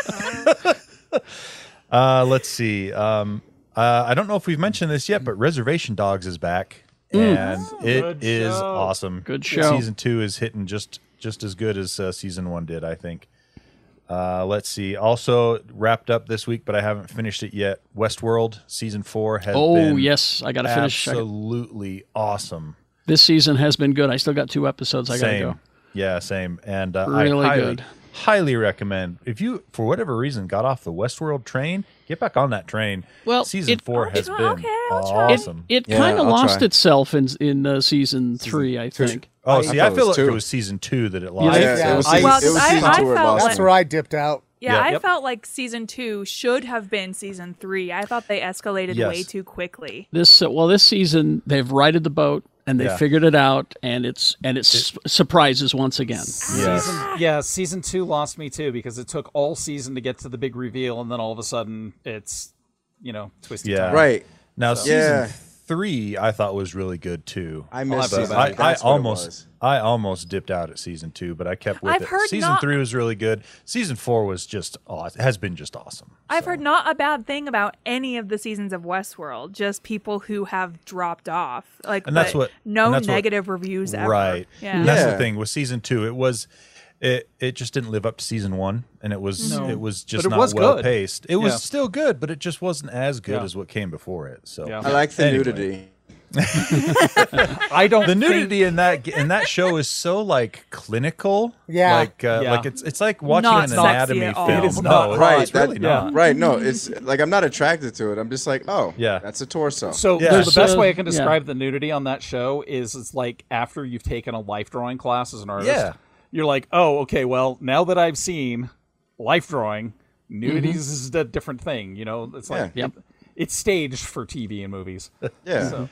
J: uh, let's see. Um, uh, I don't know if we've mentioned this yet, but Reservation Dogs is back, and it
I: Good
J: is
I: show.
J: awesome.
D: Mm. Good show.
J: Season two is hitting just just as good as uh, season one did, I think. Uh, let's see. Also wrapped up this week, but I haven't finished it yet. Westworld season four has
D: Oh,
J: been
D: yes, I got to finish. I-
J: absolutely awesome.
D: this season has been good. I still got two episodes I got to
J: Same.
D: go.
J: Yeah, same. And uh,
D: Really
J: I highly,
D: good.
J: highly recommend if you, for whatever reason, got off the Westworld train, get back on that train.
D: Well,
J: season
D: it-
J: four
F: I'll
J: has
F: try,
J: been
F: okay, I'll try.
J: awesome.
D: It
H: Yeah,
D: kind of
H: I'll
D: lost
H: try.
D: itself in in uh, season three, I think.
J: oh, see, I,
H: thought it
J: feel like
H: was
J: it
H: two.
J: was season two that it lost.
D: Yeah,
H: Yeah, it was
G: I-
H: season,
F: Well,
H: it was
F: I-
H: season
F: I
H: two where it
F: felt
H: lost
G: That's
H: me.
G: where I dipped out.
F: Yeah,
J: Yeah.
F: I
J: Yep.
F: felt like season two should have been season three. I thought they escalated
J: Yes.
F: way too quickly.
D: This uh, well, this season they've righted the boat and they
J: Yeah.
D: figured it out, and it's and it's su- surprises once again.
J: Yes.
I: Yeah, season two lost me too because it took all season to get to the big reveal, and then all of a sudden it's, you know, twisty.
J: Yeah.
I: turn.
H: right
J: Now, season
H: Yeah.
J: three I thought was really good too.
H: I missed
J: But
H: season
J: I,
H: three.
J: I
H: That's what it
J: almost
H: was.
J: I almost dipped out at season two, but I kept with
F: I've
J: it.
F: heard
J: season
F: not-
J: three was really good. Season four was just aw- has been just awesome.
F: I've heard not a bad thing about any of the seasons of Westworld. Just people who have dropped off, like
J: And that's
F: but
J: what-
F: no
J: and that's what-
F: negative reviews ever.
J: Right.
F: Yeah.
J: And that's the
H: Yeah.
J: thing with season two. It was it it just didn't live up to season one, and it was
I: No.
J: it was just
I: But it
J: not
I: was good.
J: well paced. It
I: Yeah.
J: was still good, but it just wasn't as good
I: Yeah.
J: as what came before it. So
I: Yeah.
H: I like the
J: Anyway.
H: nudity.
I: I don't.
J: the nudity in that in that show is so like clinical.
G: Yeah.
J: Like uh,
I: Yeah.
J: like it's it's like watching
F: Not
J: an
F: sexy
J: anatomy
F: at all.
J: film.
I: It is
J: no,
I: not.
J: Right,
H: Right,
J: it's
H: that-
J: really
I: yeah.
J: not.
H: Right. No, it's like I'm not attracted to it. I'm just like, oh,
J: Yeah.
H: that's a torso.
I: So,
J: Yeah.
I: so the
J: There's
I: best
D: a-
I: way I can
D: yeah.
I: describe the nudity on that show is it's like after you've taken a life drawing class as an artist,
J: Yeah.
I: you're like, oh, okay, well, now that I've seen life drawing, nudity is a different thing. You know, it's like
D: Yep.
I: it's staged for TV and movies.
H: yeah,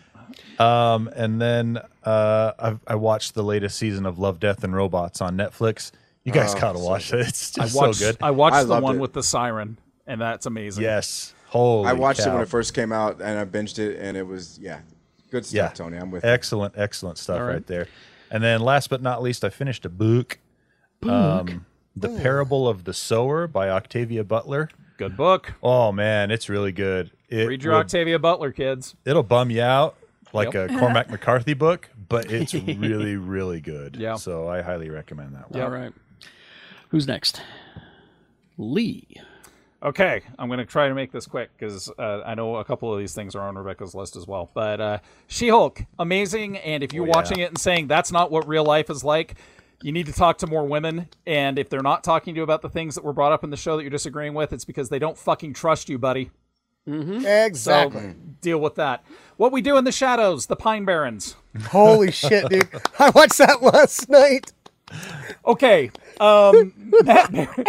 J: Um, and then uh, I, I watched the latest season of Love, Death, and Robots on Netflix. You
H: Oh,
J: guys gotta watch it. It's
I: I
J: just
I: watched,
J: so good.
I: I watched
H: I
I: the
H: loved
I: one
H: it.
I: with the siren, and that's amazing.
J: yes, holy.
H: I watched it
J: cow.
H: when it first came out, and I binged it, and it was yeah, good stuff, Tony. I'm with you.
J: excellent, excellent stuff right. there. And then last but not least, I finished a book, Um, the
I: Oh.
J: Parable of the Sower by Octavia Butler.
I: Good book.
J: Oh man, it's really good. It
I: Read your
J: will-
I: Octavia Butler, kids.
J: it'll bum you out like
I: Yep.
J: a Cormac McCarthy book, but it's really, really good.
I: Yeah.
J: So I highly recommend that one.
I: Yep.
D: All right. Who's next? Lee.
I: Okay, I'm going to try to make this quick because uh, I know a couple of these things are on Rebecca's list as well. But uh, She Hulk, amazing. And if you're watching it and saying that's not what real life is like, you need to talk to more women. And if they're not talking to you about the things that were brought up in the show that you're disagreeing with, it's because they don't fucking trust you, buddy. So
G: Exactly.
I: deal with that. What we do in the shadows, the Pine Barrens.
G: Holy shit, dude! I watched that last night.
I: Okay, um, Matt Barron.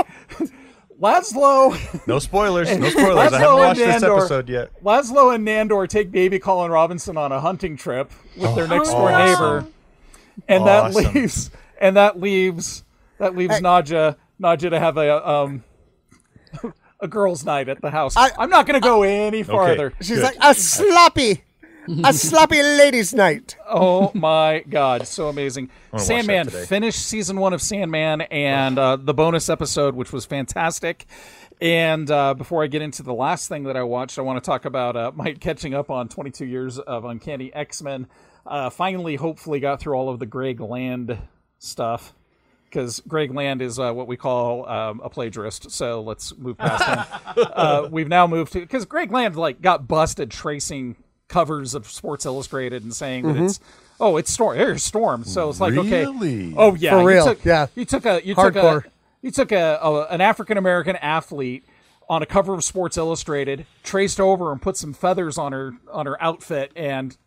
I: Laszlo.
J: No spoilers. No spoilers. I haven't
I: Laszlo
J: watched
I: and
J: this
I: Nandor.
J: episode yet.
I: Laszlo and Nandor take baby Colin Robinson on a hunting trip with their next door
J: Oh, awesome.
I: neighbor, and
J: Awesome.
I: that leaves and that leaves that leaves Naja Naja to have a um a girls' night at the house. I, am not going to go any farther.
G: She's like a sloppy, a sloppy ladies' night.
I: Oh my god, so amazing!
J: watch that
I: Sandman
J: today.
I: finished season one of Sandman and uh, the bonus episode, which was fantastic. And uh, before I get into the last thing that I watched, I want to talk about uh, my catching up on 22 years of Uncanny X Men. Uh, finally, hopefully, got through all of the Greg Land stuff because Greg Land is uh, what we call um, a plagiarist. So let's move past him. Uh, we've now moved to because Greg Land like got busted tracing covers of Sports Illustrated and saying that
G: Mm-hmm.
I: it's oh it's storm here's storm. So it's like okay
J: Really?
I: oh yeah
G: For
I: you
G: real,
I: took-
G: yeah.
I: you took a you
G: Hardcore.
I: took a you took a, a an African American athlete on a cover of Sports Illustrated, traced over and put some feathers on her on her outfit, and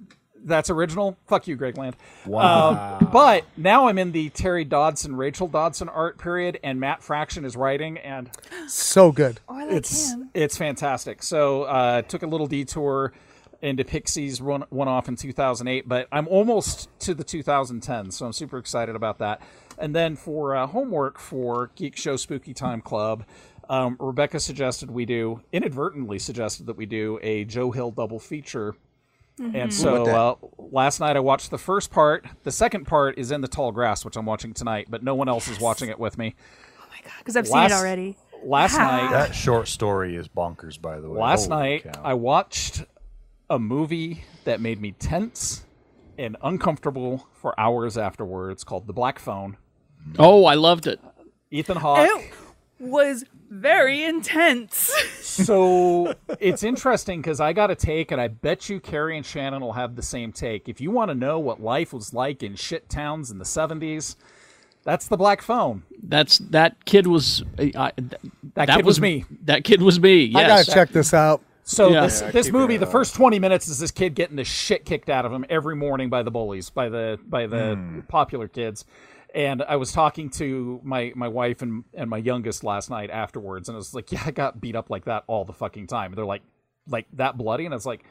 I: that's original. Fuck you, Greg Land. Wow. but now I'm in the Terry Dodson, Rachel Dodson art period, and Matt Fraction is writing, and
G: So good.
F: Or like
I: it's
F: him.
I: it's fantastic. So uh, took a little detour into Pixies one, one off in 2008, but I'm almost to the 2010, so I'm super excited about that. And then for uh, homework for Geek Show Spooky Time Club, um, Rebecca suggested we do inadvertently suggested that we do a Joe Hill double feature.
F: Mm-hmm.
I: And so uh, last night I watched the first part. The second part is in the tall grass, which I'm watching tonight, but no one else is watching it with me.
F: because I've
I: last-
F: seen it already.
I: Last night,
J: That short story is bonkers, by the way.
I: Last
J: Holy
I: night,
J: cow.
I: I watched a movie that made me tense and uncomfortable for hours afterwards called The Black Phone.
D: Oh, I loved it.
I: Ethan Hawke.
F: It was very intense.
I: So it's interesting because I got a take, and I bet you Carrie and Shannon will have the same take. If you want to know what life was like in shit towns in the 70s, that's The Black Phone.
D: That's that kid was. I, I- th-
I: That,
D: that
I: kid was me.
D: That kid was me. Yes.
G: I gotta check this out.
I: So
D: Yeah.
I: this this movie, the first twenty minutes is this kid getting the shit kicked out of him every morning by the bullies, by the by the
D: Hmm.
I: popular kids. And I was talking to my my wife and and my youngest last night afterwards, and I was like, "Yeah, I got beat up like that all the fucking time." And they're like, "Like that bloody?" And I was like,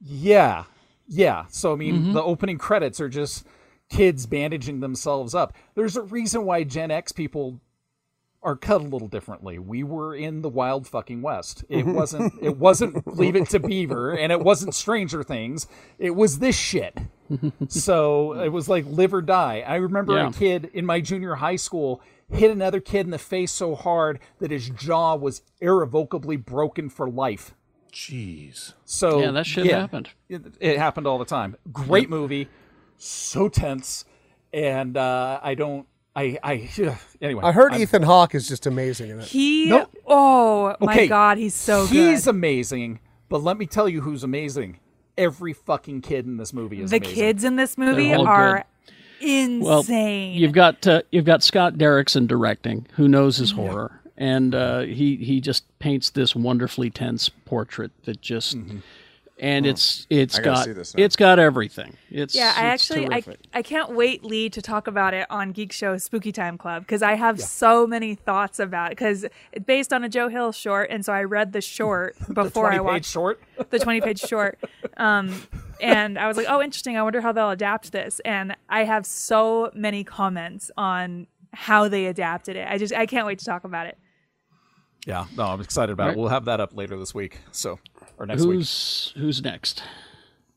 I: "Yeah, yeah." So I mean,
D: Mm-hmm.
I: the opening credits are just kids bandaging themselves up. There's a reason why Gen X people are cut a little differently. We were in the wild fucking west. It wasn't it wasn't leave it to Beaver and it wasn't Stranger Things. It was this shit. So it was like live or die. I remember
D: Yeah.
I: a kid in my junior high school hit another kid in the face so hard that his jaw was irrevocably broken for life.
J: Jeez.
I: So
D: Yeah, that shit happened.
I: It, it happened all the time. Great movie, so tense, and uh, I don't. I I anyway.
G: I heard
I: I'm-
G: Ethan Hawke is just amazing in it.
F: He
I: Nope.
F: oh my
I: Okay.
F: god, he's so
I: he's
F: good.
I: amazing. But let me tell you who's amazing. Every fucking kid in this movie is
F: the
I: amazing.
F: kids in this movie
D: They're all
F: are
D: Well,
F: insane.
D: you've got uh, you've got Scott Derrickson directing, who knows his horror, and uh, he he just paints this wonderfully tense portrait that just. And it's it's
H: Mm-hmm. gotta
D: got
H: see this now.
D: it's got everything. It's
F: yeah, I
D: it's
F: actually I,
D: terrific.
F: I can't wait Lee to talk about it on Geek Show Spooky Time Club because I have so many thoughts about it because it's based on a Joe Hill short and so I read the short before I
I: Twenty page
F: watched
I: short.
F: the 20 page short. Um, and I was like, oh, interesting. I wonder how they'll adapt this. And I have so many comments on how they adapted it. I just, I can't wait to talk about it.
I: Yeah, no, I'm excited about
D: Right.
I: it. We'll have that up later this week. So or next week.
D: who's who's next?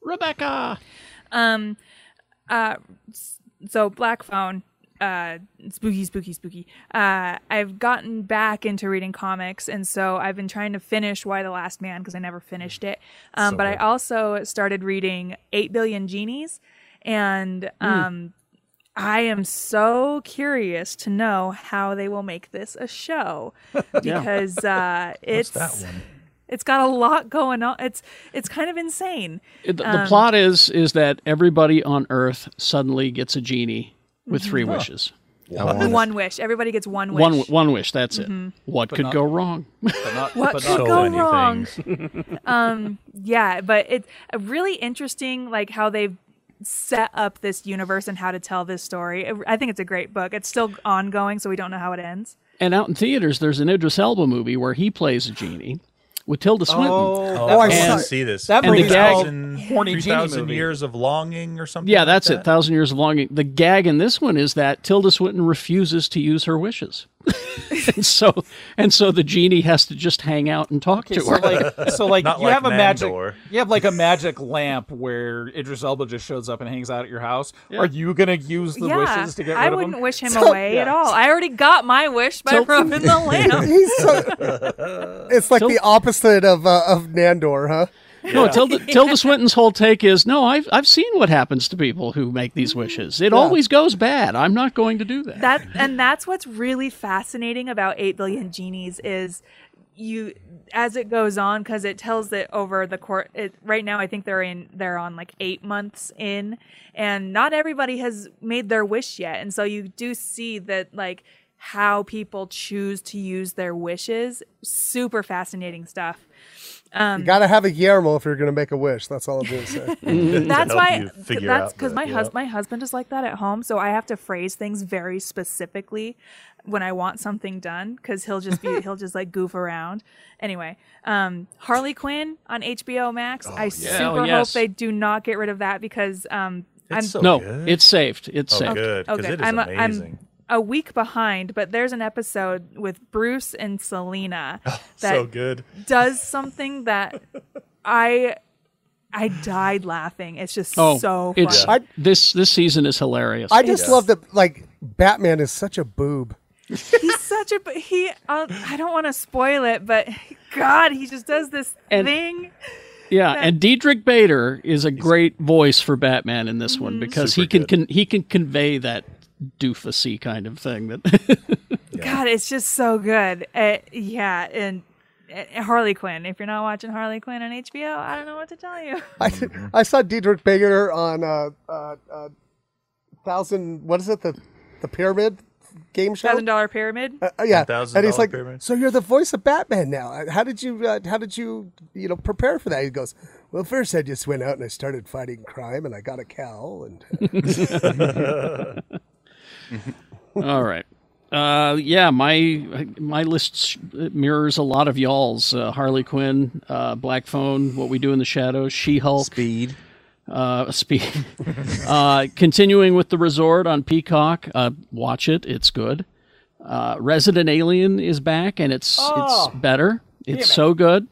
D: Rebecca.
F: Um, uh, s- so Black Phone, uh, spooky, spooky, spooky. Uh, I've gotten back into reading comics, and so I've been trying to finish Why the Last Man because I never finished it. Um, but I also started reading Eight Billion Genies, and um, I am so curious to know how they will make this a show because uh, it's it's got a lot going on. It's it's kind of insane.
D: It- The,
F: Um,
D: the plot is is that everybody on Earth suddenly gets a genie with three wishes.
F: One wish. Everybody gets one Mm-hmm. wish. Mm-hmm.
D: One one wish. That's it. What could go wrong?
I: But not,
F: what
I: but
F: could
I: not
F: go
I: many.
F: wrong? um, yeah, but it's a really interesting, like how they've set up this universe and how to tell this story. I- I think it's a great book. It's still ongoing, so we don't know how it ends.
D: And out in theaters, there's an Idris Elba movie where he plays a genie with Tilda Swinton.
I: Oh,
J: Oh, I
D: And-
J: want to see this.
I: that
D: And the
I: movie's
D: gag-
I: called
J: 3,000
I: Horny Genie
J: 3,000
I: movie.
J: years of longing or something.
D: Yeah,
J: like
D: that's it.
J: that?
D: Thousand years of longing. The gag in this one is that Tilda Swinton refuses to use her wishes, and so and so the genie has to just hang out and talk
I: Okay,
D: to
I: so
D: her.
I: like, so like
J: Not
I: you
J: like
I: have a
J: Mandor.
I: magic, you have like a magic lamp where Idris Elba just shows up and hangs out at your house. Are you gonna use the
F: yeah,
I: wishes to get rid
F: I
I: of
F: wouldn't
I: him?
F: wish him away at all. I already got my wish by
D: So-
F: rubbing the lamp.
G: He's so, it's like
D: So-
G: the opposite of uh, of Nandor, huh?
D: No, Tilda, Tilda Swinton's whole take is no. I've I've seen what happens to people who make these wishes. It always goes bad. I'm not going to do that.
F: that and that's what's really fascinating about 8 billion genies is you as it goes on because it tells it over the court it, right now i think they're in they're on like eight months in and not everybody has made their wish yet and so you do see that like how people choose to use their wishes super fascinating stuff
G: You gotta have a Yermo if you're gonna make a wish. That's all I'm gonna say.
F: that's
J: help
F: why
J: you figure
F: that's
J: out
F: because
J: the-
F: my
J: yeah.
F: husband my husband is like that at home so i have to phrase things very specifically when i want something done because he'll just be he'll just like goof around anyway um harley quinn on hbo max i
D: Oh,
F: super
D: yes.
F: hope they do not get rid of that because um i'm
J: It's so
D: no,
J: good.
D: it's saved. It's
J: so
D: saved.
J: Oh, good because it is
F: I'm, a- I'm
J: amazing.
F: a week behind, but there's an episode with Bruce and Selena that
J: Oh, so good.
F: does something that I I died laughing. It's just
D: Oh,
F: so funny.
D: it's
G: funny. I-
D: this this season is hilarious.
G: I just love that like Batman is such a boob.
F: he's such a but he uh, i don't want to spoil it but god he just does this
D: And-
F: thing
D: Yeah, and Diedrich Bader is a great voice for Batman in this one because he can, can he can convey that doofusy kind of thing that
F: god it's just so good uh, yeah and uh, harley quinn if you're not watching harley quinn on hbo i don't know what to tell you
G: I, I saw Diedrich Bader on uh, uh, uh, thousand. What is it? The the pyramid game show.
F: thousand dollar pyramid
G: Uh, yeah,
J: $1,000
G: and he's like,
J: pyramid.
G: "So you're the voice of Batman now? Uh, How did you? Uh, how did you? You know, prepare for that?" He goes, "Well, first I just went out and I started fighting crime, and I got a cowl, and
D: All right. Uh, yeah, my my list sh- mirrors a lot of y'all's. Uh, Harley Quinn, uh, Black Phone, What We Do in the Shadows, She Hulk,
E: Speed.
D: uh, Speed. uh, continuing with the Resort on Peacock. Uh, watch it; it's good. Uh, Resident Alien is back, and it's
I: Oh,
D: it's better. It's so good.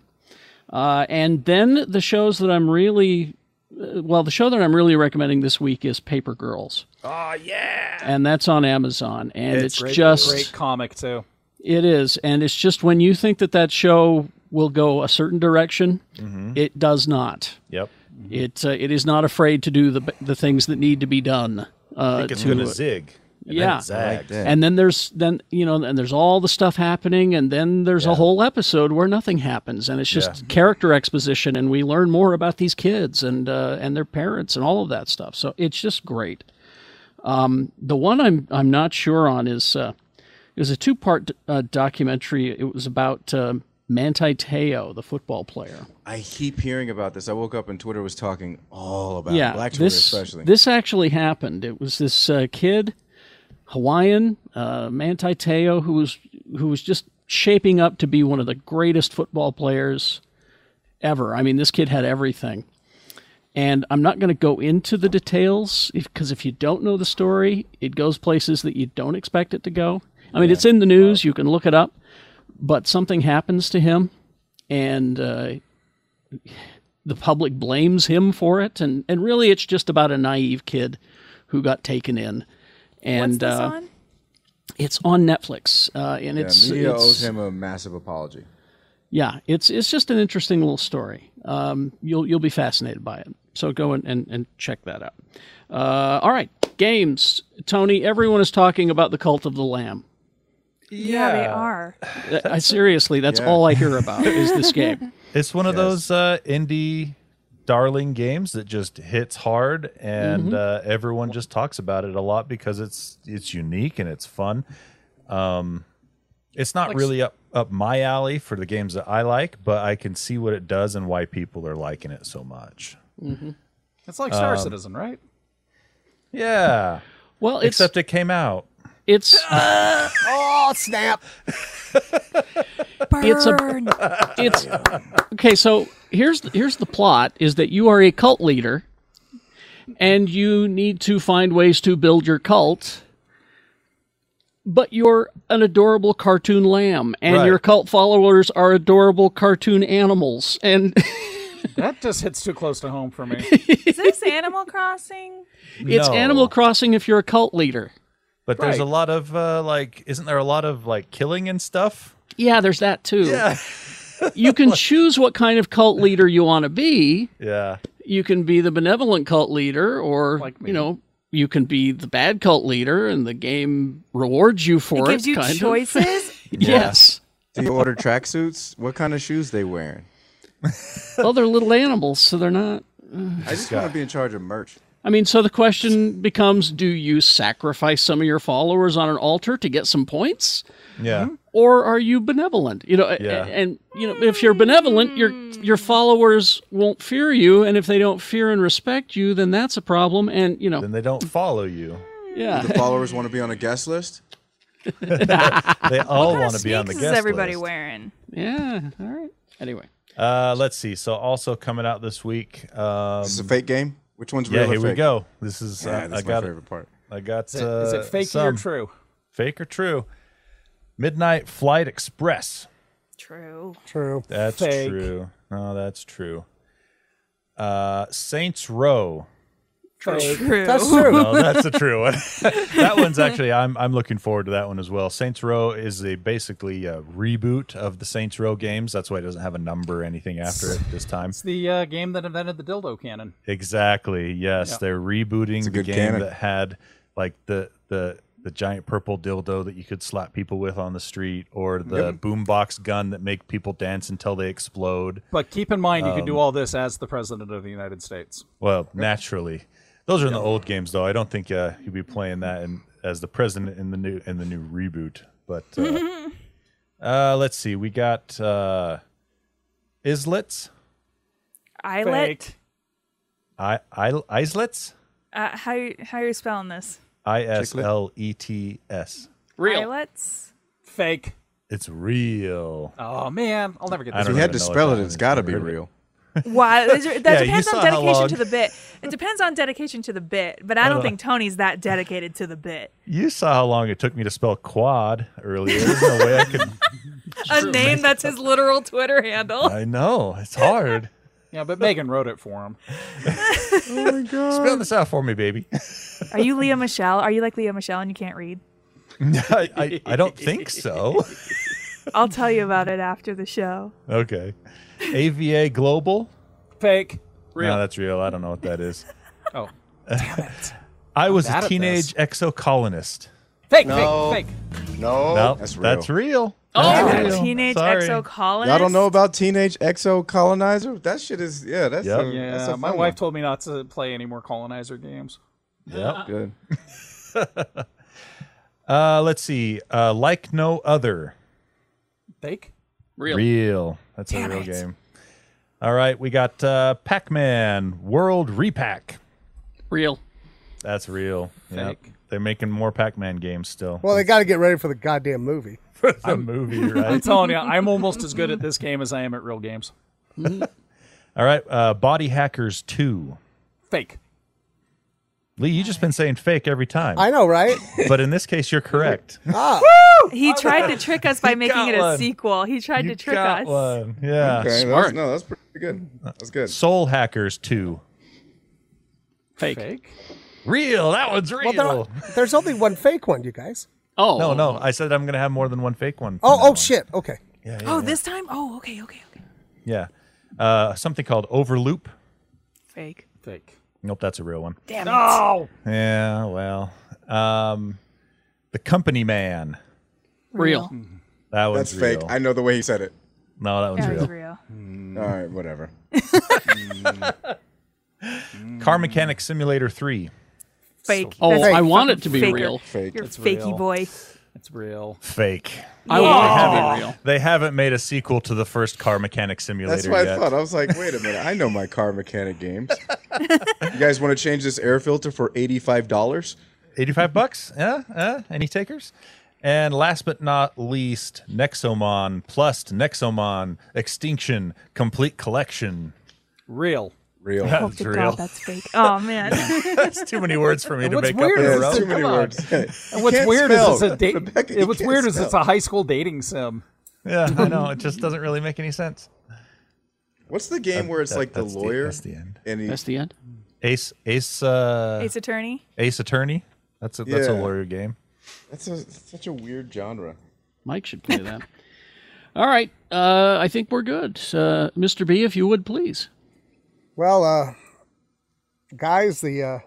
D: Uh, and then the shows that I'm really uh, well, the show that I'm really recommending this week is Paper Girls,
I: Oh yeah,
D: and that's on Amazon, and it's,
I: great,
D: just
I: great comic too.
D: it is, and it's just when you think that that show will go a certain direction,
I: Mm-hmm.
D: it does not.
J: Yep.
D: It uh, it is not afraid to do the the things that need to be done. Uh,
J: I think it's
D: to-
J: going to zig. And
D: yeah.
J: Then it zags.
D: and then there's then you know and there's all the stuff happening and then there's a whole episode where nothing happens and it's just character exposition and we learn more about these kids and uh, and their parents and all of that stuff so it's just great um, the one i'm i'm not sure on is uh, it was a two part uh, documentary it was about um manti teo the football player
H: I keep hearing about this. I woke up and Twitter was talking all about
D: yeah
H: it. Black Twitter
D: this,
H: especially.
D: this actually happened it was this uh, kid hawaiian uh, manti teo who was who was just shaping up to be one of the greatest football players ever i mean this kid had everything and i'm not going to go into the details because if you don't know the story it goes places that you don't expect it to go i mean it's in the news you can look it up but something happens to him and uh, the public blames him for it and and really it's just about a naive kid who got taken in and
F: What's this
D: uh,
F: on?
D: it's on Netflix uh, and
H: yeah,
D: it's
H: media
D: it's-
H: owes him a massive apology.
D: yeah it's it's just an interesting little story um, you'll you'll be fascinated by it so go and, and, and check that out uh, all right games Tony everyone is talking about the cult of the lamb
F: Yeah, they are.
D: I, seriously that's all I hear about is this game
J: It's one of those uh, indie darling games that just hits hard, and
D: Mm-hmm.
J: uh, everyone just talks about it a lot because it's it's unique and it's fun. Um, it's not really up up my alley for the games that I like, but I can see what it does and why people are liking it so much.
I: It's like
J: Um,
I: Star Citizen, right?
J: Yeah,
D: well it's
J: except it came out.
D: it's
G: Oh, snap.
F: Burn.
D: It's a- it's okay so here's here's the plot is that you are a cult leader and you need to find ways to build your cult but you're an adorable cartoon lamb and
J: Right.
D: your cult followers are adorable cartoon animals and
I: That just hits too close to home for me.
F: Is this Animal Crossing?
D: it's
J: No.
D: animal crossing if you're a cult leader
J: But there's a
I: Right.
J: lot of uh, like, isn't there a lot of like killing and stuff?
D: yeah there's that too
J: Yeah.
D: you can choose what kind of cult leader you want to be
J: Yeah,
D: you can be the benevolent cult leader or you know you can be the bad cult leader and the game rewards you for it,
F: It gives you
D: kind of.
F: choices.
D: yes
H: Do you order tracksuits? What kind of shoes they wearing?
D: well they're little animals so they're not
H: I just want to be in charge of merch.
D: i mean so the question becomes do you sacrifice some of your followers on an altar to get some points
J: yeah.
F: Mm-hmm.
D: or are you benevolent you know a-
J: Yeah.
D: and, you know if you're benevolent your your followers won't fear you and if they don't fear and respect you then that's a problem and you know
J: Then they don't follow you.
D: yeah
H: The followers want to be on a guest list.
J: They all
F: What
J: want
F: kind of
J: to be on the
F: sneaks
J: guest
F: is everybody
J: list.
F: wearing?
D: yeah all right anyway
J: Uh, let's see. So also coming out this week. Um,
H: This is a fake game. Which one's
J: yeah,
H: real? or
J: here we
H: fake?
J: go. This is
H: Yeah,
J: uh,
H: that's
J: I
H: my
J: got
H: favorite part.
J: I got
I: Is it, is
J: uh,
I: it fake or
J: some.
I: true?
J: Fake or true? Midnight Flight Express.
F: True.
G: True.
J: That's
I: Fake.
J: true. No, that's true. Uh, Saints Row.
F: True.
G: That's true.
J: No, that's a true one. that one's actually I'm I'm looking forward to that one as well. Saints Row is a basically a reboot of the Saints Row games. That's why it doesn't have a number or anything after it this time.
I: It's the uh, game that invented the dildo cannon.
J: Exactly. Yes, they're rebooting the
H: good
J: game
H: canon.
J: that had like the the the giant purple dildo that you could slap people with on the street, or the boombox gun that make people dance until they explode.
I: But keep in mind, you can do all this as the president of the United States.
J: Well, naturally, those are in the old games, though. I don't think uh, you'd be playing that in, as the president in the new in the new reboot. But uh, uh, let's see, we got uh, islets,
F: I
I: Fake.
J: I, I islets,
F: Uh, how you- how are you spelling this?
J: I S L E T S.
D: real
F: Islets.
I: Fake.
J: It's real.
I: Oh man, I'll never get
J: I
I: this.
J: don't
H: If
J: know.
H: you
I: right.
H: had to
J: even what
H: spell
J: that
H: it,
J: one
H: it's
J: is.
H: got to
J: Never
H: be
J: heard of it.
H: real.
F: Why? Is there- That
J: Yeah, you
F: depends
J: saw
F: on
J: how
F: dedication
J: long-
F: to the bit. It depends on dedication to the bit, but I don't think Tony's that dedicated to the bit.
J: You saw how long it took me to spell quad earlier. There's no way I could.
F: A name that's his literal Twitter handle.
J: I know it's hard.
I: Yeah, but Megan wrote it for him.
J: Spell this out for me, baby.
F: Are you Leah Michelle? Are you like Leah Michelle and you can't read?
J: I, I, I don't think so.
F: I'll tell you about it after the show.
J: Okay. AVA Global.
I: Fake.
J: No, that's real. I don't know what that is.
I: Oh,
J: I was
I: bad
J: a
I: at
J: teenage exocolonist.
I: fake,
H: No.
I: fake, fake.
H: No,
J: Nope,
H: Oh, that's real.
J: That's real.
F: Oh,
J: That's real.
F: teenage
J: Sorry.
F: exo colonist.
H: Y'all don't know about teenage exo colonizer? That shit is yeah. That's
J: Yep.
H: a,
I: Yeah,
H: That's a
I: my
H: fun
I: wife told me not to play any more colonizer games.
J: Yep.
H: One. Good.
J: Uh, let's see. Uh, like no other.
I: Fake.
D: Real.
J: Real. That's a real game. All right, we got uh, Pac-Man World Repack.
D: Real.
J: That's real. Yep.
I: Fake.
J: They're making more Pac-Man games still.
G: Well, they got to get ready for the goddamn movie.
J: for the movie,
I: I'm
J: right?
I: telling you, I'm almost as good at this game as I am at real games.
J: All right, uh, Body Hackers Two.
I: Fake.
J: Lee, you just been saying fake every time,
G: I know, right? Ah.
J: but in this case, you're correct.
F: He tried to trick us by making
J: got
F: it a
J: one.
F: sequel. He tried
J: you
F: to trick
J: got
F: us.
J: one. Yeah.
H: Okay, that's, no, that's pretty good. That's good.
J: Soul Hackers Two.
D: Fake.
I: Fake.
J: Real. That one's real.
G: Well, there- there's only one fake one, you guys.
D: Oh.
J: no, no. I said I'm gonna have more than one fake one.
G: Oh,
J: from now
G: oh
J: on.
G: shit. Okay.
J: Yeah, yeah,
F: Oh,
J: yeah.
F: this time? Oh, okay, okay, okay.
J: Yeah. Uh, something called Overloop.
F: Fake.
I: Fake.
J: Nope, that's a real one.
F: Damn it.
I: No.
J: Yeah, well, um, the Company Man.
D: Real.
J: That one's
H: That's fake.
J: real.
H: I know the way he said it.
J: No, that one's
F: That
J: real.
F: was real.
J: Mm-hmm.
H: All right, whatever.
J: Car Mechanic Simulator Three.
F: Fake.
D: Oh,
F: That's
D: I
F: fucking
D: want it to be
F: faker.
D: real.
H: Fake.
F: You're
H: It's
F: fakey
I: real.
F: boy.
I: It's real.
J: Fake.
D: I want it to be real.
J: They haven't made a sequel to the first Car Mechanic Simulator
H: That's what
J: yet.
H: I thought. I was like, wait a minute. I know my car mechanic games. you guys want to change this air filter for eighty-five dollars?
J: Eighty-five bucks. Yeah, yeah. Any takers? And last but not least, Nexomon plus Nexomon Extinction Complete Collection.
I: Real.
H: Real.
J: That's
F: Oh, good
J: real.
F: God, that's fake. Oh, man.
J: That's too many words for me to
I: What's
J: make
I: weird
J: up in
I: is
J: a row.
H: That's too many
I: Come on.
H: words.
I: And what's
H: can't
I: weird
H: spell.
I: is it's a date.
H: Rebecca, you
I: it- what's
H: can't
I: weird is
H: spell.
I: it's a high school dating sim.
J: Yeah, I know. It just doesn't really make any sense.
H: What's the game where it's
J: That-
H: like the
J: that's
H: lawyer
J: that's the end.
H: and he,
D: That's the end.
J: Ace, Ace, uh,
F: Ace Attorney?
J: Ace Attorney. That's a, that's a
H: Yeah.
J: lawyer game.
H: that's a, such a weird genre.
D: Mike should play that. All right. Uh, I think we're good. Uh, Mr. B, if you would please.
G: Well, uh, guys, the uh,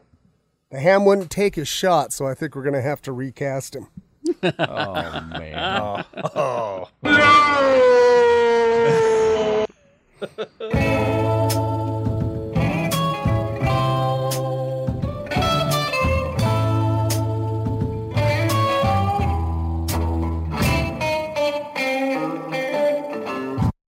G: the ham wouldn't take his shot, so I think we're gonna have to recast him.